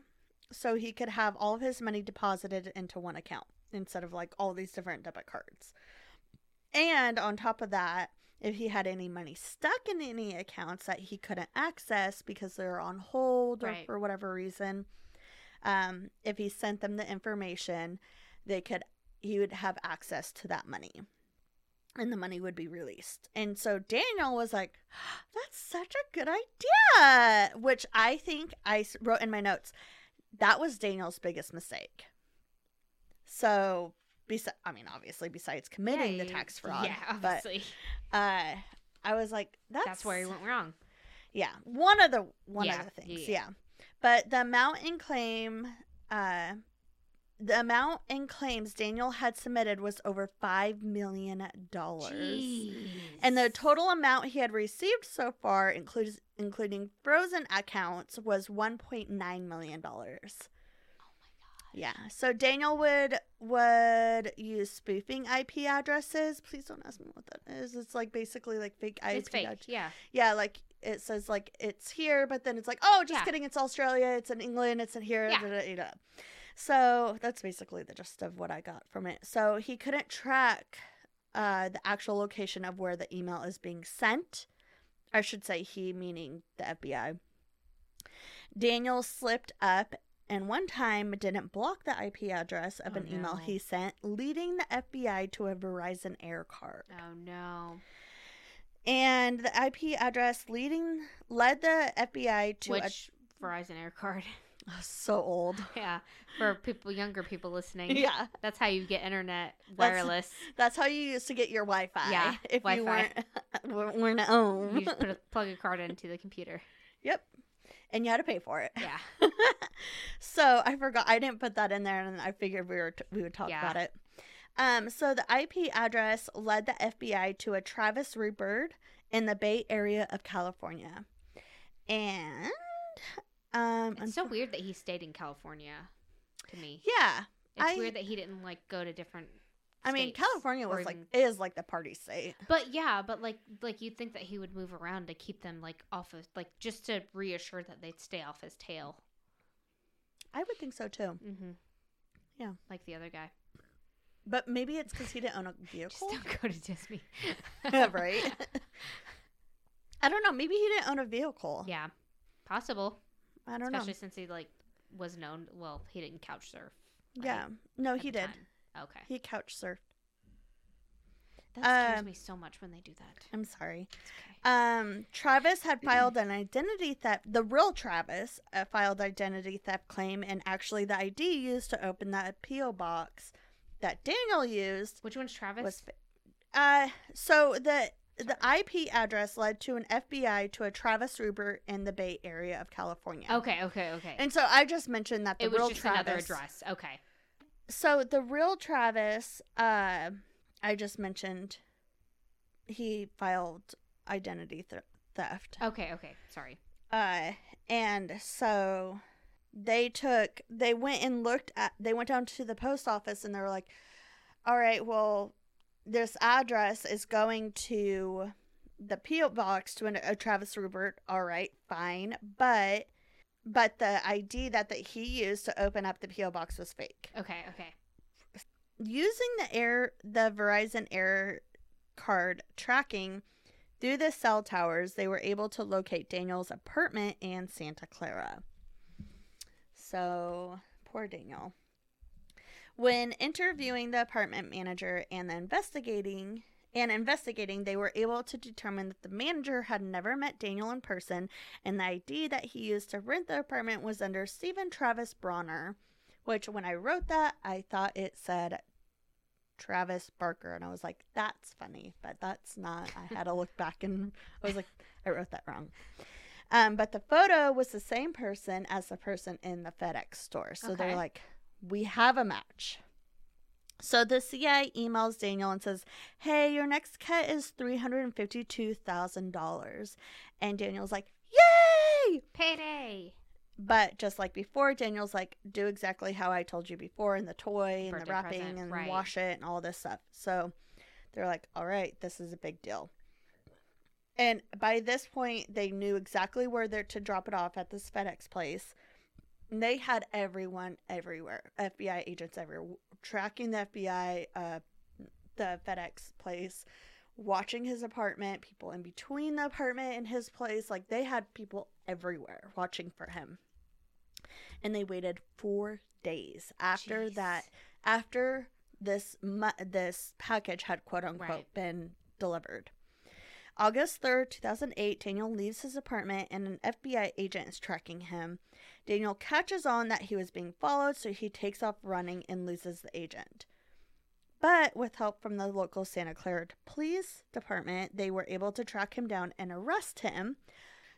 Speaker 1: so he could have all of his money deposited into one account instead of like all these different debit cards. And on top of that, if he had any money stuck in any accounts that he couldn't access because they're on hold or
Speaker 2: Right.
Speaker 1: for whatever reason, um, if he sent them the information, they could he would have access to that money and the money would be released. And so Daniel was like, that's such a good idea, which I think I s- wrote in my notes. That was Daniel's biggest mistake. So, besi- I mean, obviously, besides committing the
Speaker 2: you-
Speaker 1: tax fraud,
Speaker 2: Yeah, obviously.
Speaker 1: but uh, I was like, that's,
Speaker 2: That's where he went wrong.
Speaker 1: yeah, one of the one
Speaker 2: Yeah,
Speaker 1: of the things.
Speaker 2: yeah.
Speaker 1: Yeah. But the amount in claim uh the amount in claims Daniel had submitted was over 5 million dollars. And the total amount he had received so far includes including frozen accounts was 1.9 million dollars.
Speaker 2: Oh my God.
Speaker 1: Yeah. So Daniel would would use spoofing IP addresses. Please don't ask me what that is. It's like basically like fake IP
Speaker 2: It's fake.
Speaker 1: address-
Speaker 2: Yeah.
Speaker 1: Yeah, like it says like it's here, but then it's like, oh, just
Speaker 2: Yeah.
Speaker 1: kidding, it's Australia, it's in England, it's in here.
Speaker 2: Yeah.
Speaker 1: da, da, da, da. So that's basically the gist of what I got from it. So he couldn't track uh, the actual location of where the email is being sent. I should say he, meaning the FBI. Daniel slipped up and one time didn't block the IP address of
Speaker 2: Oh,
Speaker 1: an email
Speaker 2: no.
Speaker 1: he sent, leading the FBI to a Verizon Air card
Speaker 2: Oh no.
Speaker 1: and the IP address leading led the FBI to a
Speaker 2: Which Verizon Air Card?
Speaker 1: Oh, so old.
Speaker 2: yeah. For people, younger people listening.
Speaker 1: Yeah,
Speaker 2: That's how you get internet
Speaker 1: That's-
Speaker 2: wireless.
Speaker 1: that's how you used to get your Wi-Fi.
Speaker 2: Yeah,
Speaker 1: if you
Speaker 2: Wi-Fi.
Speaker 1: weren't weren't- weren't at home.
Speaker 2: you just put a, plug a card into the computer.
Speaker 1: yep, and you had to pay for it.
Speaker 2: Yeah.
Speaker 1: so I forgot I didn't put that in there, and I figured we were t- we would talk
Speaker 2: Yeah.
Speaker 1: about it. Um, so the IP address led the FBI to a Travis Rupert in the Bay Area of California, and um,
Speaker 2: It's so weird that he stayed in California. To me,
Speaker 1: yeah.
Speaker 2: it's
Speaker 1: I-
Speaker 2: weird that he didn't like go to different.
Speaker 1: I mean,
Speaker 2: states
Speaker 1: California
Speaker 2: or
Speaker 1: was like
Speaker 2: even-
Speaker 1: is like the party state.
Speaker 2: But yeah, but like like you'd think that he would move around to keep them like off of like just to reassure that they'd stay off his tail.
Speaker 1: I would think so too.
Speaker 2: Mm-hmm.
Speaker 1: Yeah.
Speaker 2: like the other guy.
Speaker 1: But maybe it's because he didn't own a
Speaker 2: Just
Speaker 1: vehicle,
Speaker 2: don't go to Disney,
Speaker 1: right? I don't know. Maybe he didn't own a vehicle.
Speaker 2: yeah, possible.
Speaker 1: I don't
Speaker 2: Especially
Speaker 1: know.
Speaker 2: since he like was known. Well, he didn't couch surf. right,
Speaker 1: Yeah, no, Oh,
Speaker 2: at
Speaker 1: he
Speaker 2: the
Speaker 1: did.
Speaker 2: time. Okay,
Speaker 1: He couch surfed.
Speaker 2: that scares
Speaker 1: Um,
Speaker 2: me so much when they do that.
Speaker 1: I'm sorry.
Speaker 2: It's okay.
Speaker 1: Um, Travis had filed an identity theft. The real Travis uh, filed identity theft claim, and actually, the ID used to open that appeal box that Daniel used
Speaker 2: Which one's Travis?
Speaker 1: was fa- uh so the the IP address led to an FBI to a Travis Ruber in the Bay Area of California.
Speaker 2: okay, okay, okay.
Speaker 1: And so I just mentioned that the
Speaker 2: it was
Speaker 1: real
Speaker 2: just
Speaker 1: Travis.
Speaker 2: another address. Okay.
Speaker 1: So the real Travis, uh, I just mentioned, he filed identity th- theft.
Speaker 2: Okay. Okay. Sorry.
Speaker 1: Uh, and so they took, they went and looked at, they went down to the post office and they were like, all right, well, this address is going to the P.O. box to an, a Travis Rupert. All right, fine. But, but the ID that, that he used to open up the P.O. box was fake.
Speaker 2: Okay. Okay.
Speaker 1: Using the air, the Verizon Air card tracking through the cell towers, they were able to locate Daniel's apartment and Santa Clara. So poor Daniel. When interviewing the apartment manager and the investigating and investigating, they were able to determine that the manager had never met Daniel in person, and the ID that he used to rent the apartment was under Stephen Travis Bronner. Which, when I wrote that, I thought it said Travis Barker, and I was like, "That's funny," but that's not. I had to look back, and I was like, "I wrote that wrong." Um, but the photo was the same person as the person in the FedEx store, so
Speaker 2: Okay.
Speaker 1: they're like, "We have a match." So the CI emails Daniel and says, "Hey, your next cut is three hundred and fifty-two thousand dollars," and Daniel's like, "Yay!"
Speaker 2: Payday.
Speaker 1: But just like before, Daniel's like, do exactly how I told you before and the toy and the
Speaker 2: Birthday
Speaker 1: wrapping
Speaker 2: present,
Speaker 1: and
Speaker 2: right.
Speaker 1: wash it and all this stuff. So they're like, all right, this is a big deal. And by this point, they knew exactly where they're to drop it off at this FedEx place. And they had everyone everywhere FBI agents everywhere, tracking the FBI, uh, the FedEx place, watching his apartment, people in between the apartment and his place. Like they had people everywhere watching for him. And they waited four days after
Speaker 2: Jeez.
Speaker 1: that, after this mu- this package had quote unquote
Speaker 2: Right.
Speaker 1: been delivered. August 3rd, 2008, Daniel leaves his apartment and an FBI agent is tracking him. Daniel catches on that he was being followed, so he takes off running and loses the agent. But with help from the local Santa Clara Police Department, they were able to track him down and arrest him.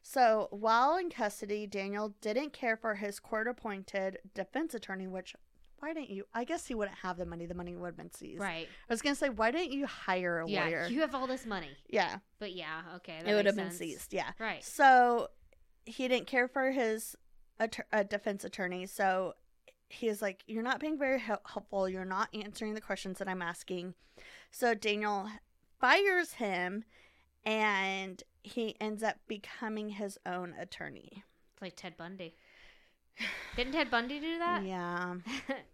Speaker 1: So while in custody, Daniel didn't care for his court appointed defense attorney, which, why didn't you? I guess he wouldn't have the money. The money would have been seized.
Speaker 2: Right.
Speaker 1: I was going to say, why didn't you hire a
Speaker 2: Yeah.
Speaker 1: lawyer?
Speaker 2: You have all this money.
Speaker 1: yeah.
Speaker 2: But yeah. Okay. that
Speaker 1: It would have
Speaker 2: makes
Speaker 1: been
Speaker 2: sense.
Speaker 1: seized. Yeah.
Speaker 2: Right.
Speaker 1: So he didn't care for his att- uh, defense attorney. So he is like, You're not being very hel- helpful. You're not answering the questions that I'm asking. So Daniel fires him and he ends up becoming his own attorney.
Speaker 2: It's like Ted Bundy. Didn't Ted Bundy do that?
Speaker 1: yeah.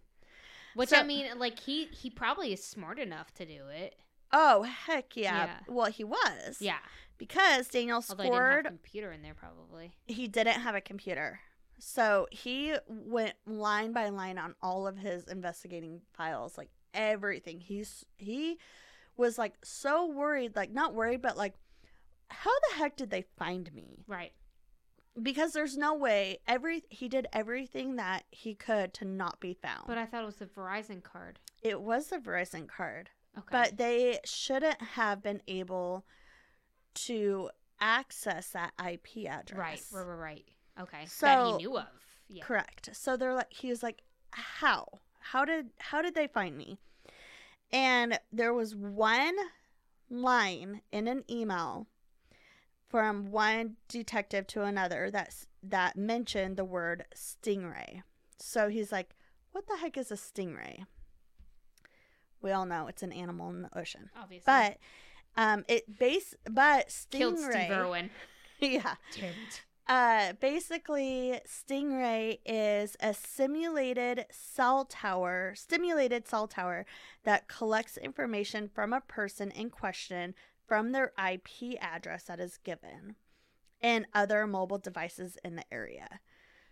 Speaker 2: Which I
Speaker 1: So-
Speaker 2: mean, like he he probably is smart enough to do it.
Speaker 1: Oh, heck yeah.
Speaker 2: Yeah.
Speaker 1: Well, he was.
Speaker 2: Yeah.
Speaker 1: Because Daniel
Speaker 2: Although he didn't have
Speaker 1: scored,
Speaker 2: a computer in there probably.
Speaker 1: he didn't have a computer. So he went line by line on all of his investigating files, like everything. He's he was like so worried, like not worried, but like how the heck did they find me?
Speaker 2: Right.
Speaker 1: Because there's no way every he did everything that he could to not be found.
Speaker 2: But I thought it was the Verizon card.
Speaker 1: it was a Verizon card.
Speaker 2: Okay.
Speaker 1: But they shouldn't have been able to access that IP address.
Speaker 2: right, right, right, right. Okay. that
Speaker 1: So-
Speaker 2: he knew of. Yeah.
Speaker 1: Correct. So they're like he was like, How? How did how did they find me? And there was one line in an email from one detective to another that s- that mentioned the word stingray. So he's like, What the heck is a stingray? We all know it's an animal in the ocean.
Speaker 2: Obviously.
Speaker 1: But um it base but
Speaker 2: killed Steve
Speaker 1: stingray
Speaker 2: Irwin.
Speaker 1: yeah.
Speaker 2: Damn it.
Speaker 1: Uh basically stingray is a simulated cell tower, stimulated cell tower that collects information from a person in question from their IP address that is given and other mobile devices in the area.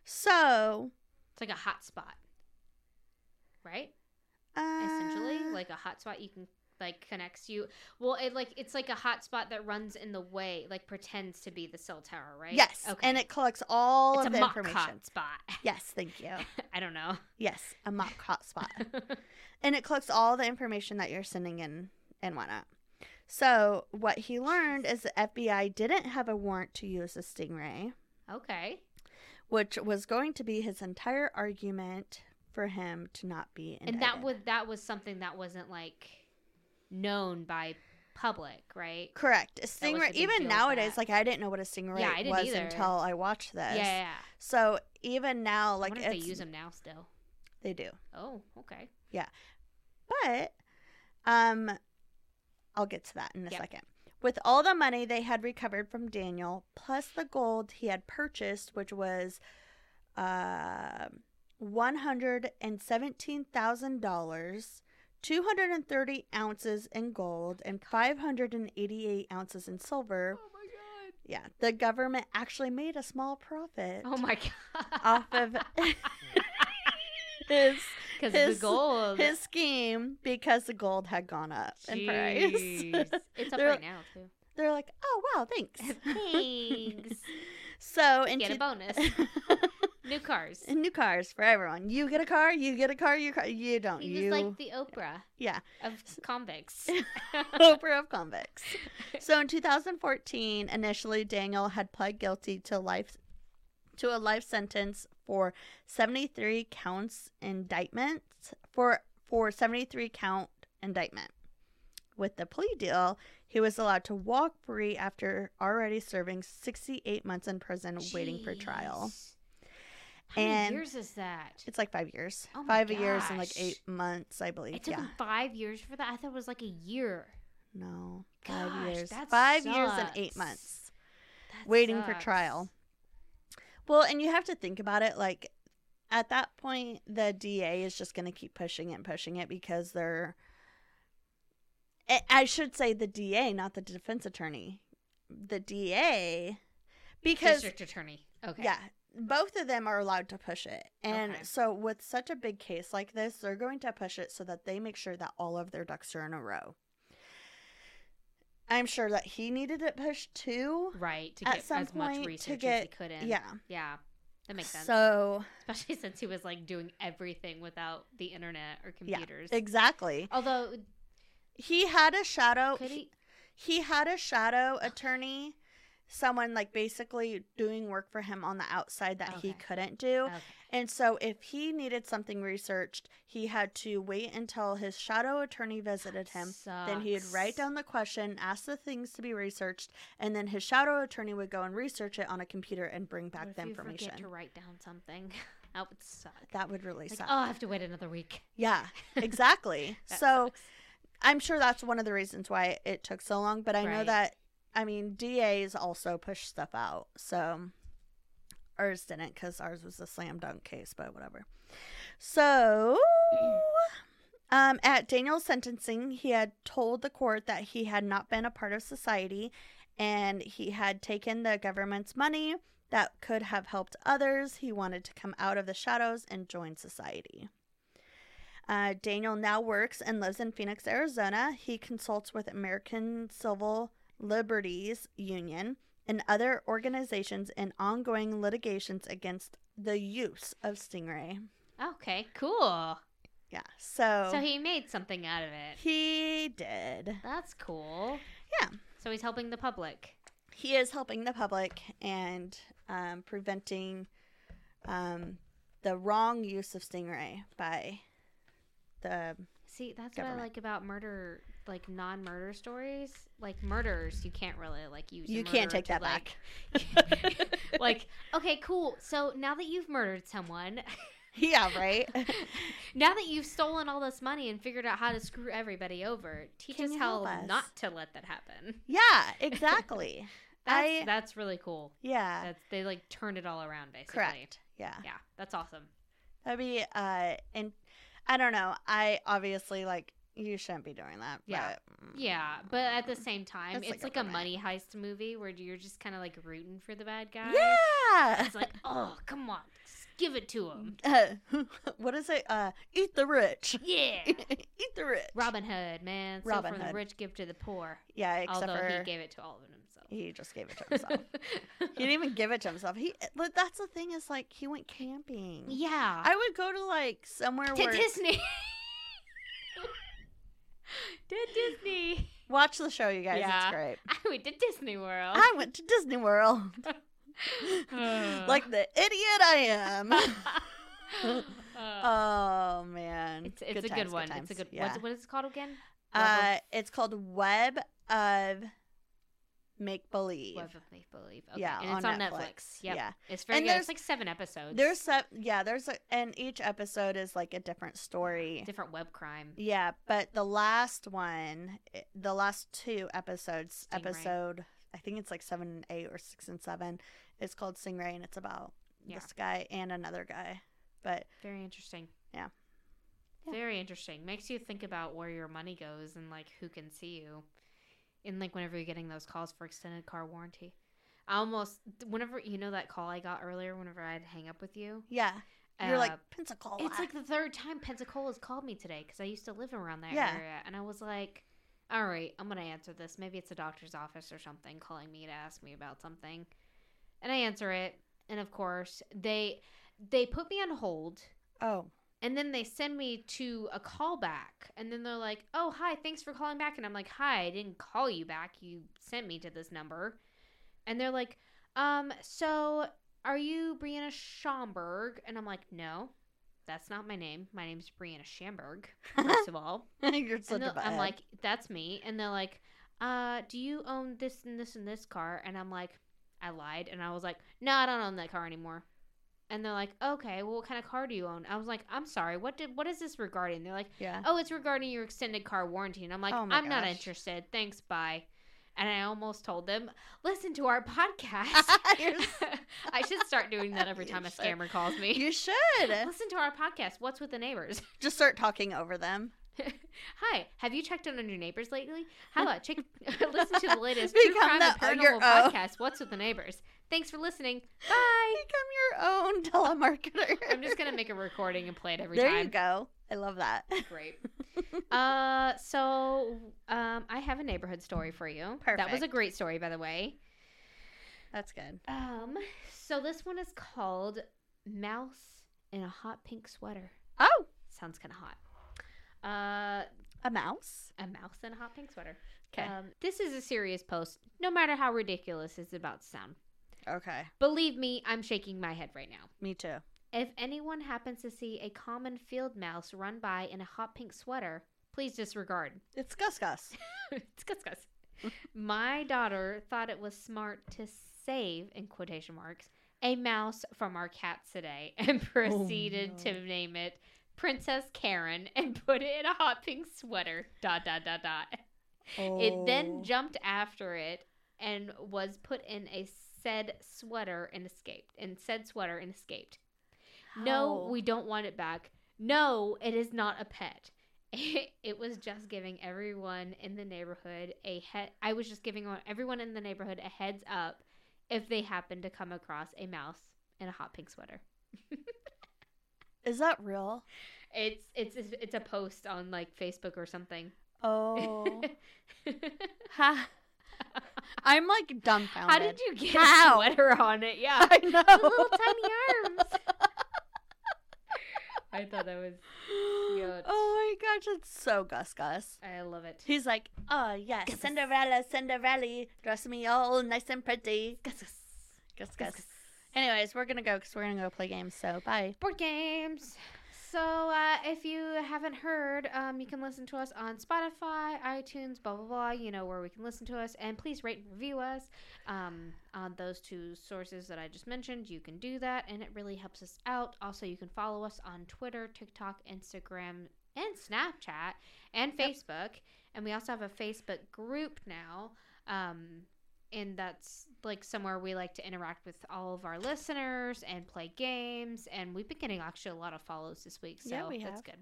Speaker 1: So,
Speaker 2: It's like a hotspot. Right?
Speaker 1: uh,
Speaker 2: Essentially, like a hotspot you can like connects you. Well, it like it's like a hotspot that runs in the way, like pretends to be the cell tower, right?
Speaker 1: Yes,
Speaker 2: Okay.
Speaker 1: and it collects all
Speaker 2: it's
Speaker 1: of
Speaker 2: a
Speaker 1: the
Speaker 2: mock
Speaker 1: information.
Speaker 2: hotspot.
Speaker 1: Yes, thank you.
Speaker 2: I don't know.
Speaker 1: Yes, a mock hotspot. and it collects all the information that you're sending in and whatnot. So what he learned is the FBI didn't have a warrant to use a stingray,
Speaker 2: okay.
Speaker 1: which was going to be his entire argument for him to not be indicted.
Speaker 2: and that was that was something that wasn't like known by public, right?
Speaker 1: correct. A
Speaker 2: the
Speaker 1: stingray,
Speaker 2: big deal
Speaker 1: even
Speaker 2: with
Speaker 1: nowadays,
Speaker 2: that.
Speaker 1: like I didn't know what a stingray
Speaker 2: Yeah, I didn't
Speaker 1: was
Speaker 2: either.
Speaker 1: until I watched this.
Speaker 2: Yeah, yeah. yeah.
Speaker 1: So even now,
Speaker 2: Like
Speaker 1: like
Speaker 2: I wonder if
Speaker 1: it's,
Speaker 2: they use them now still.
Speaker 1: they do,
Speaker 2: Oh, okay.
Speaker 1: but um, I'll get to that in a
Speaker 2: Yep.
Speaker 1: second. With all the money they had recovered from Daniel, plus the gold he had purchased, which was um $117,000, 230 ounces in gold, and 588 ounces in silver,
Speaker 2: Oh my
Speaker 1: yeah, the government actually made a small profit
Speaker 2: Oh my god.
Speaker 1: off of his,
Speaker 2: because of the
Speaker 1: his-
Speaker 2: gold.
Speaker 1: his scheme because the gold had gone up in price.
Speaker 2: Jeez. it's up
Speaker 1: They're-
Speaker 2: right now too.
Speaker 1: They're like, oh, wow, thanks.
Speaker 2: Thanks.
Speaker 1: So, in
Speaker 2: Get a
Speaker 1: two-
Speaker 2: bonus. New cars.
Speaker 1: And new cars for everyone. You get a car, you get a car, you car. You don't.
Speaker 2: He was
Speaker 1: you
Speaker 2: like the Oprah
Speaker 1: yeah.
Speaker 2: of convicts.
Speaker 1: Oprah of convicts. So in 2014, initially Daniel had pled guilty to life to a life sentence for 73 counts indictments for for 73 count indictment. With the plea deal, he was allowed to walk free after already serving 68 months in prison waiting for trial.
Speaker 2: Jeez. How
Speaker 1: And-
Speaker 2: many years is that?
Speaker 1: It's like five years.
Speaker 2: Oh
Speaker 1: Five
Speaker 2: my
Speaker 1: years and like
Speaker 2: gosh.
Speaker 1: eight months, I believe.
Speaker 2: It took
Speaker 1: yeah.
Speaker 2: him five years for that. I thought it was like a year.
Speaker 1: No. Five
Speaker 2: Gosh,
Speaker 1: years.
Speaker 2: that
Speaker 1: Five years and
Speaker 2: sucks.
Speaker 1: eight months.
Speaker 2: That
Speaker 1: Waiting for
Speaker 2: sucks.
Speaker 1: trial. Well, and you have to think about it like at that point the DA is just going to keep pushing it and pushing it because they're I- I should say the DA, not the defense attorney. The DA because
Speaker 2: District attorney. Okay.
Speaker 1: yeah, both of them are allowed to push it. And
Speaker 2: Okay.
Speaker 1: so, with such a big case like this, they're going to push it so that they make sure that all of their ducks are in a row. I'm sure that he needed it pushed too.
Speaker 2: Right. To
Speaker 1: At
Speaker 2: get
Speaker 1: some
Speaker 2: as much
Speaker 1: point, to
Speaker 2: research as he
Speaker 1: get-
Speaker 2: could in.
Speaker 1: Yeah.
Speaker 2: Yeah. That makes sense.
Speaker 1: So,
Speaker 2: Especially since he was like doing everything without the internet or
Speaker 1: Yeah,
Speaker 2: computers.
Speaker 1: exactly.
Speaker 2: Although,
Speaker 1: He had a shadow.
Speaker 2: could
Speaker 1: Oh, he-
Speaker 2: he?
Speaker 1: he had a shadow attorney, someone like basically doing work for him on the outside that he
Speaker 2: Okay.
Speaker 1: couldn't do.
Speaker 2: Okay.
Speaker 1: And so, if he needed something researched, he had to wait until his shadow attorney visited him. Then he would write
Speaker 2: Sucks.
Speaker 1: down the question, ask the things to be researched, and then his shadow attorney would go and research it on a computer and bring
Speaker 2: What
Speaker 1: back
Speaker 2: if
Speaker 1: the
Speaker 2: you forget
Speaker 1: information.
Speaker 2: to write down something. That would suck.
Speaker 1: That would really
Speaker 2: Like,
Speaker 1: suck.
Speaker 2: oh, I have to wait another week.
Speaker 1: Yeah, exactly.
Speaker 2: That
Speaker 1: so
Speaker 2: sucks.
Speaker 1: I'm sure that's one of the reasons why it took so long, but I know
Speaker 2: Right.
Speaker 1: that I mean DAs also push stuff out. So ours didn't cuz ours was a slam dunk case, but whatever. So um at Daniel's sentencing, he had told the court that he had not been a part of society and he had taken the government's money that could have helped others. He wanted to come out of the shadows and join society. Uh, Daniel now works and lives in Phoenix, Arizona. He consults with American Civil Liberties Union and other organizations in ongoing litigations against the use of stingray.
Speaker 2: okay, cool.
Speaker 1: Yeah, so,
Speaker 2: So he made something out of it.
Speaker 1: he did.
Speaker 2: That's cool.
Speaker 1: Yeah.
Speaker 2: So he's helping the public.
Speaker 1: He is helping the public and um, preventing um, the wrong use of stingray by the
Speaker 2: See, that's what
Speaker 1: Government.
Speaker 2: I like about murder, like non-murder stories, like murders. You can't really like use. a
Speaker 1: you can't
Speaker 2: murderer
Speaker 1: take
Speaker 2: to,
Speaker 1: that
Speaker 2: like,
Speaker 1: back.
Speaker 2: like, okay, cool. So now that you've murdered someone,
Speaker 1: yeah, right.
Speaker 2: now that you've stolen all this money and figured out how to screw everybody over, teach
Speaker 1: Can
Speaker 2: us
Speaker 1: you
Speaker 2: how
Speaker 1: help us?
Speaker 2: not to let that happen.
Speaker 1: Yeah, exactly.
Speaker 2: That's
Speaker 1: I-
Speaker 2: that's really cool.
Speaker 1: yeah,
Speaker 2: That's they like turned it all around basically.
Speaker 1: correct. Yeah,
Speaker 2: Yeah, that's awesome.
Speaker 1: that'd be uh, and I don't know. I obviously like you shouldn't be doing that.
Speaker 2: Yeah.
Speaker 1: but, mm,
Speaker 2: Yeah, but at the same time,
Speaker 1: That's, like,
Speaker 2: it's like,
Speaker 1: a
Speaker 2: a,
Speaker 1: romance.
Speaker 2: money heist movie where you're just kind of like rooting for the bad guy.
Speaker 1: yeah.
Speaker 2: It's like, oh, come on, just give it to him.
Speaker 1: Uh, what is it? Uh, eat the rich.
Speaker 2: Yeah.
Speaker 1: eat the rich.
Speaker 2: Robin Hood, man. Steal
Speaker 1: Robin
Speaker 2: from
Speaker 1: Hood.
Speaker 2: the rich, give to the poor.
Speaker 1: Yeah, except
Speaker 2: Although
Speaker 1: for
Speaker 2: he gave it to all of it
Speaker 1: he just gave it to himself.
Speaker 2: himself.
Speaker 1: he didn't even give it to himself. He. but That's the thing is like he went camping.
Speaker 2: yeah.
Speaker 1: I would go to like somewhere
Speaker 2: to
Speaker 1: where
Speaker 2: Disney. to Disney.
Speaker 1: watch the show, you guys.
Speaker 2: Yeah. Oh.
Speaker 1: It's great.
Speaker 2: I went to Disney World.
Speaker 1: I went to Disney World.
Speaker 2: Uh.
Speaker 1: like the idiot I am.
Speaker 2: Uh,
Speaker 1: oh man,
Speaker 2: it's it's a
Speaker 1: times,
Speaker 2: good one. it's a
Speaker 1: times.
Speaker 2: good.
Speaker 1: Yeah.
Speaker 2: What's, what is it called again?
Speaker 1: uh, it's called Web of Make Believe.
Speaker 2: Web of Make Believe. Okay.
Speaker 1: Yeah,
Speaker 2: and it's
Speaker 1: on
Speaker 2: on Netflix.
Speaker 1: Netflix.
Speaker 2: Yep.
Speaker 1: Yeah.
Speaker 2: It's very
Speaker 1: And
Speaker 2: good.
Speaker 1: there's-
Speaker 2: It's like seven episodes.
Speaker 1: There's some, yeah, there's a, and each episode is like a different story.
Speaker 2: different web crime.
Speaker 1: Yeah, but the last one, i- the last two episodes,
Speaker 2: Stingray.
Speaker 1: episode, I think it's like seven and eight or six and seven, is called Stingray, and it's about
Speaker 2: Yeah.
Speaker 1: this guy and another guy. But
Speaker 2: Very interesting.
Speaker 1: Yeah. Yeah.
Speaker 2: Very interesting. Makes you think about where your money goes and like who can see you. And like whenever you're getting those calls for extended car warranty. I almost whenever you know that call I got earlier whenever I had to hang up with you.
Speaker 1: yeah, you're like
Speaker 2: uh,
Speaker 1: Pensacola.
Speaker 2: it's like the third time Pensacola's called me today because I used to live around that
Speaker 1: Yeah.
Speaker 2: area, and I was like, "All right, I'm gonna answer this. Maybe it's a doctor's office or something calling me to ask me about something." And I answer it, and of course they they put me on hold,
Speaker 1: oh,
Speaker 2: and then they send me to a callback, and then they're like, "Oh, hi, thanks for calling back," and I'm like, "Hi, I didn't call you back. You sent me to this number," and they're like, "Um, so are you Brianna Schomburg?" And I'm like, "No." That's not my name. My name's Brianna Schamberg, first of all.
Speaker 1: You're such
Speaker 2: And
Speaker 1: a
Speaker 2: they'll- I'm
Speaker 1: butthead.
Speaker 2: like, that's me. And they're like, uh, do you own this and this and this car? And I'm like, I lied. And I was like, no, I don't own that car anymore. And they're like, okay, well, what kind of car do you own? I was like, I'm sorry, what did what is this regarding? They're like,
Speaker 1: yeah.
Speaker 2: oh, it's regarding your extended car warranty. And I'm like,
Speaker 1: Oh
Speaker 2: I'm
Speaker 1: my
Speaker 2: not
Speaker 1: gosh.
Speaker 2: interested. Thanks, bye. And I almost told them, listen to our podcast.
Speaker 1: You're s-
Speaker 2: I should start doing that every
Speaker 1: You
Speaker 2: time a
Speaker 1: should.
Speaker 2: scammer calls me.
Speaker 1: You should
Speaker 2: Listen to our podcast. What's with the neighbors?
Speaker 1: just start talking over them.
Speaker 2: Hi, have you checked in on your neighbors lately? How about check listen to the latest true
Speaker 1: Become
Speaker 2: crime and
Speaker 1: the- your
Speaker 2: paranormal
Speaker 1: own.
Speaker 2: podcast? What's with the neighbors? Thanks for listening. Bye.
Speaker 1: Become your own telemarketer.
Speaker 2: I'm just gonna make a recording and play it every
Speaker 1: There
Speaker 2: time.
Speaker 1: you go. I love that.
Speaker 2: Great. Uh, so um, I have a neighborhood story for you. That was a
Speaker 1: Perfect.
Speaker 2: great story, by the way.
Speaker 1: That's good.
Speaker 2: Um, so this one is called "Mouse in a Hot Pink Sweater."
Speaker 1: Oh,
Speaker 2: Sounds kind of hot. Uh,
Speaker 1: a mouse.
Speaker 2: a mouse in a hot pink sweater.
Speaker 1: 'Kay.
Speaker 2: Um, this is a serious post, no matter how ridiculous it's about to sound.
Speaker 1: Okay,
Speaker 2: Believe me, I'm shaking my head right now.
Speaker 1: me too.
Speaker 2: If anyone happens to see a common field mouse run by in a hot pink sweater, please disregard.
Speaker 1: It's Gus Gus.
Speaker 2: it's Gus Gus. my daughter thought it was smart to save, in quotation marks, a mouse from our cats today and proceeded
Speaker 1: no.
Speaker 2: to name it Princess Karen and put it in a hot pink sweater. Dot dot dot dot. It
Speaker 1: Oh.
Speaker 2: then jumped after it and was put in a said sweater and escaped. And said sweater and escaped. No,
Speaker 1: How?
Speaker 2: we don't want it back. No, it is not a pet. It was just giving everyone in the neighborhood a head. I was just giving everyone in the neighborhood a heads up if they happened to come across a mouse in a hot pink sweater.
Speaker 1: is that real?
Speaker 2: It's it's it's it's a post on like Facebook or something.
Speaker 1: Oh, ha. I'm like dumbfounded.
Speaker 2: How did you get
Speaker 1: How?
Speaker 2: a sweater on it? Yeah.
Speaker 1: I
Speaker 2: The
Speaker 1: know.
Speaker 2: little tiny arms. I thought that was cute.
Speaker 1: Oh my gosh, it's so Gus Gus.
Speaker 2: I love it.
Speaker 1: He's like, oh yes,
Speaker 2: Gus Gus.
Speaker 1: Cinderella, Cinderella, dress me all nice and pretty. Gus Gus. Anyways, we're gonna go because we're gonna go play games. So bye.
Speaker 2: Board games. So uh, if you haven't heard, um, you can listen to us on Spotify, iTunes, blah blah blah. You know where we can listen to us, and please rate and review us um, on those two sources that I just mentioned. You can do that, and it really helps us out. Also, you can follow us on Twitter, TikTok, Instagram, and Snapchat, and Facebook. And we also have a Facebook group now. Um, and that's like somewhere we like to interact with all of our listeners and play games and we've been getting actually a lot of follows this week so
Speaker 1: Yeah, we
Speaker 2: that's good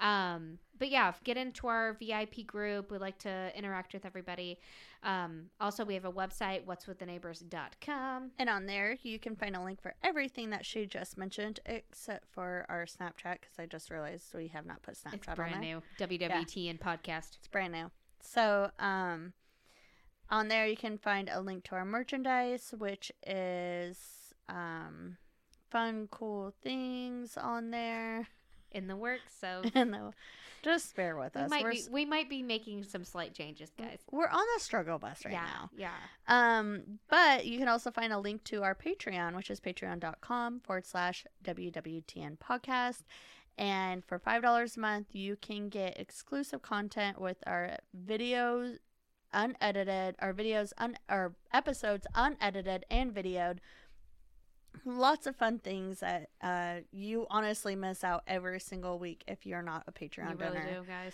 Speaker 2: um but yeah get into our vip group we like to interact with everybody um also we have a website what's with the neighbors.com
Speaker 1: And on there, you can find a link for everything that she just mentioned, except for our Snapchat, because I just realized we have not put Snapchat
Speaker 2: it's
Speaker 1: on
Speaker 2: brand
Speaker 1: there.
Speaker 2: new wwt and podcast
Speaker 1: It's brand new. So, um, on there you can find a link to our merchandise, which is um, fun, cool things on there.
Speaker 2: in the works so
Speaker 1: and uh, just bear with
Speaker 2: we
Speaker 1: us.
Speaker 2: might
Speaker 1: We're,
Speaker 2: be
Speaker 1: s- Mm.
Speaker 2: we might be making some slight changes guys
Speaker 1: we're on the struggle bus right
Speaker 2: yeah
Speaker 1: now.
Speaker 2: yeah
Speaker 1: Um, but you can also find a link to our Patreon, which is patreon.com forward slash WWTN podcast. And for $5 a month, you can get exclusive content with our videos unedited, our videos, un- our episodes unedited and videoed. Lots of fun things that uh, you honestly miss out every single week if you're not a Patreon
Speaker 2: you
Speaker 1: donor.
Speaker 2: really do guys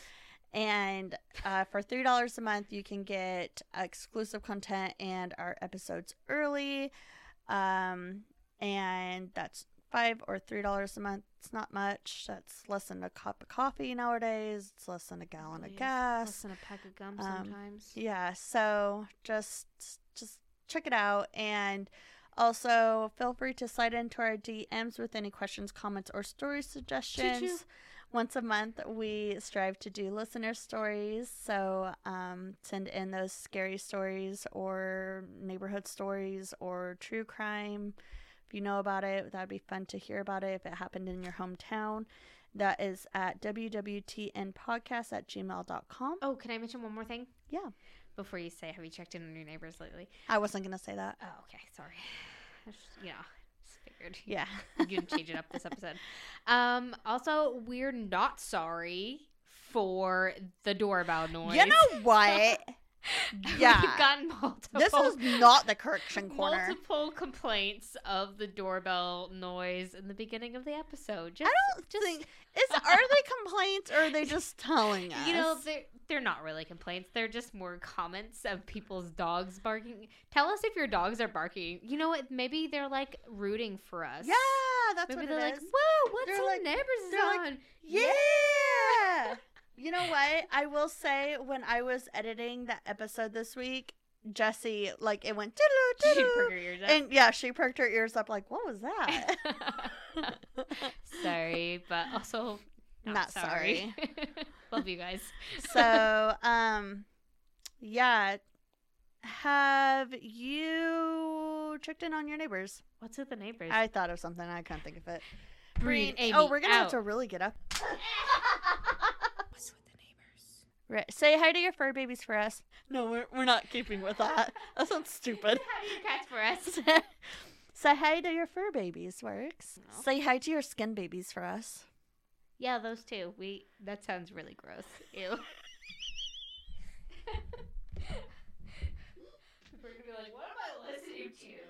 Speaker 1: And uh, for three dollars a month, you can get exclusive content and our episodes early. Um, and that's five or three dollars a month. It's not much. That's less than a cup of coffee nowadays. It's less than a gallon
Speaker 2: Please,
Speaker 1: of gas.
Speaker 2: less than a pack of gum
Speaker 1: um,
Speaker 2: sometimes
Speaker 1: Yeah, so just just check it out and also feel free to slide into our DMs with any questions, comments, or story suggestions. Once a month, we strive to do listener stories. So um, send in those scary stories or neighborhood stories or true crime. If you know about it, that'd be fun to hear about it if it happened in your hometown. That is at wwtnpodcast at gmail.com.
Speaker 2: Oh, can I mention one more thing?
Speaker 1: Yeah.
Speaker 2: Before you say, have you checked in on your neighbors lately?
Speaker 1: I wasn't going to say that.
Speaker 2: Oh, okay. Sorry. I just, you know, just figured
Speaker 1: Yeah.
Speaker 2: you can change it up this episode. Um, also, we're not sorry for the doorbell noise.
Speaker 1: You know what?
Speaker 2: We've
Speaker 1: yeah.
Speaker 2: gotten multiple.
Speaker 1: This is not the correction corner.
Speaker 2: multiple complaints of the doorbell noise in the beginning of the episode. Just,
Speaker 1: I don't think is are they complaints or are they just telling us?
Speaker 2: You know, they're, they're not really complaints. They're just more comments of people's dogs barking. Tell us if your dogs are barking. You know what? Maybe they're like rooting for us.
Speaker 1: yeah, that's
Speaker 2: Maybe
Speaker 1: what
Speaker 2: they're
Speaker 1: it
Speaker 2: like,
Speaker 1: is.
Speaker 2: whoa, what's
Speaker 1: They're
Speaker 2: on
Speaker 1: like-
Speaker 2: neighbors is
Speaker 1: they're like,
Speaker 2: on?
Speaker 1: Yeah. you know what? I will say when I was editing that episode this week, Jesse like it went
Speaker 2: You
Speaker 1: doodaloo,
Speaker 2: should
Speaker 1: doodaloo.
Speaker 2: perk your ears up.
Speaker 1: and yeah, she perked her ears up like, what was that?
Speaker 2: sorry, but also not,
Speaker 1: Not
Speaker 2: sorry. Love you guys.
Speaker 1: so um yeah have you checked in on your neighbors
Speaker 2: What's with the neighbors?
Speaker 1: i thought of something i can't think of it
Speaker 2: Breathe,
Speaker 1: Breen-
Speaker 2: Amy,
Speaker 1: oh we're gonna have
Speaker 2: out.
Speaker 1: to really get up
Speaker 3: What's with the neighbors?
Speaker 1: right. say hi to your fur babies for us no we're, we're not keeping with that that sounds stupid
Speaker 2: How do you catch for us?
Speaker 1: say hi to your fur babies works
Speaker 2: No.
Speaker 1: say hi to your skin babies for us
Speaker 2: Yeah, those two. We that sounds really gross. Ew. We're gonna be like, what am I listening to?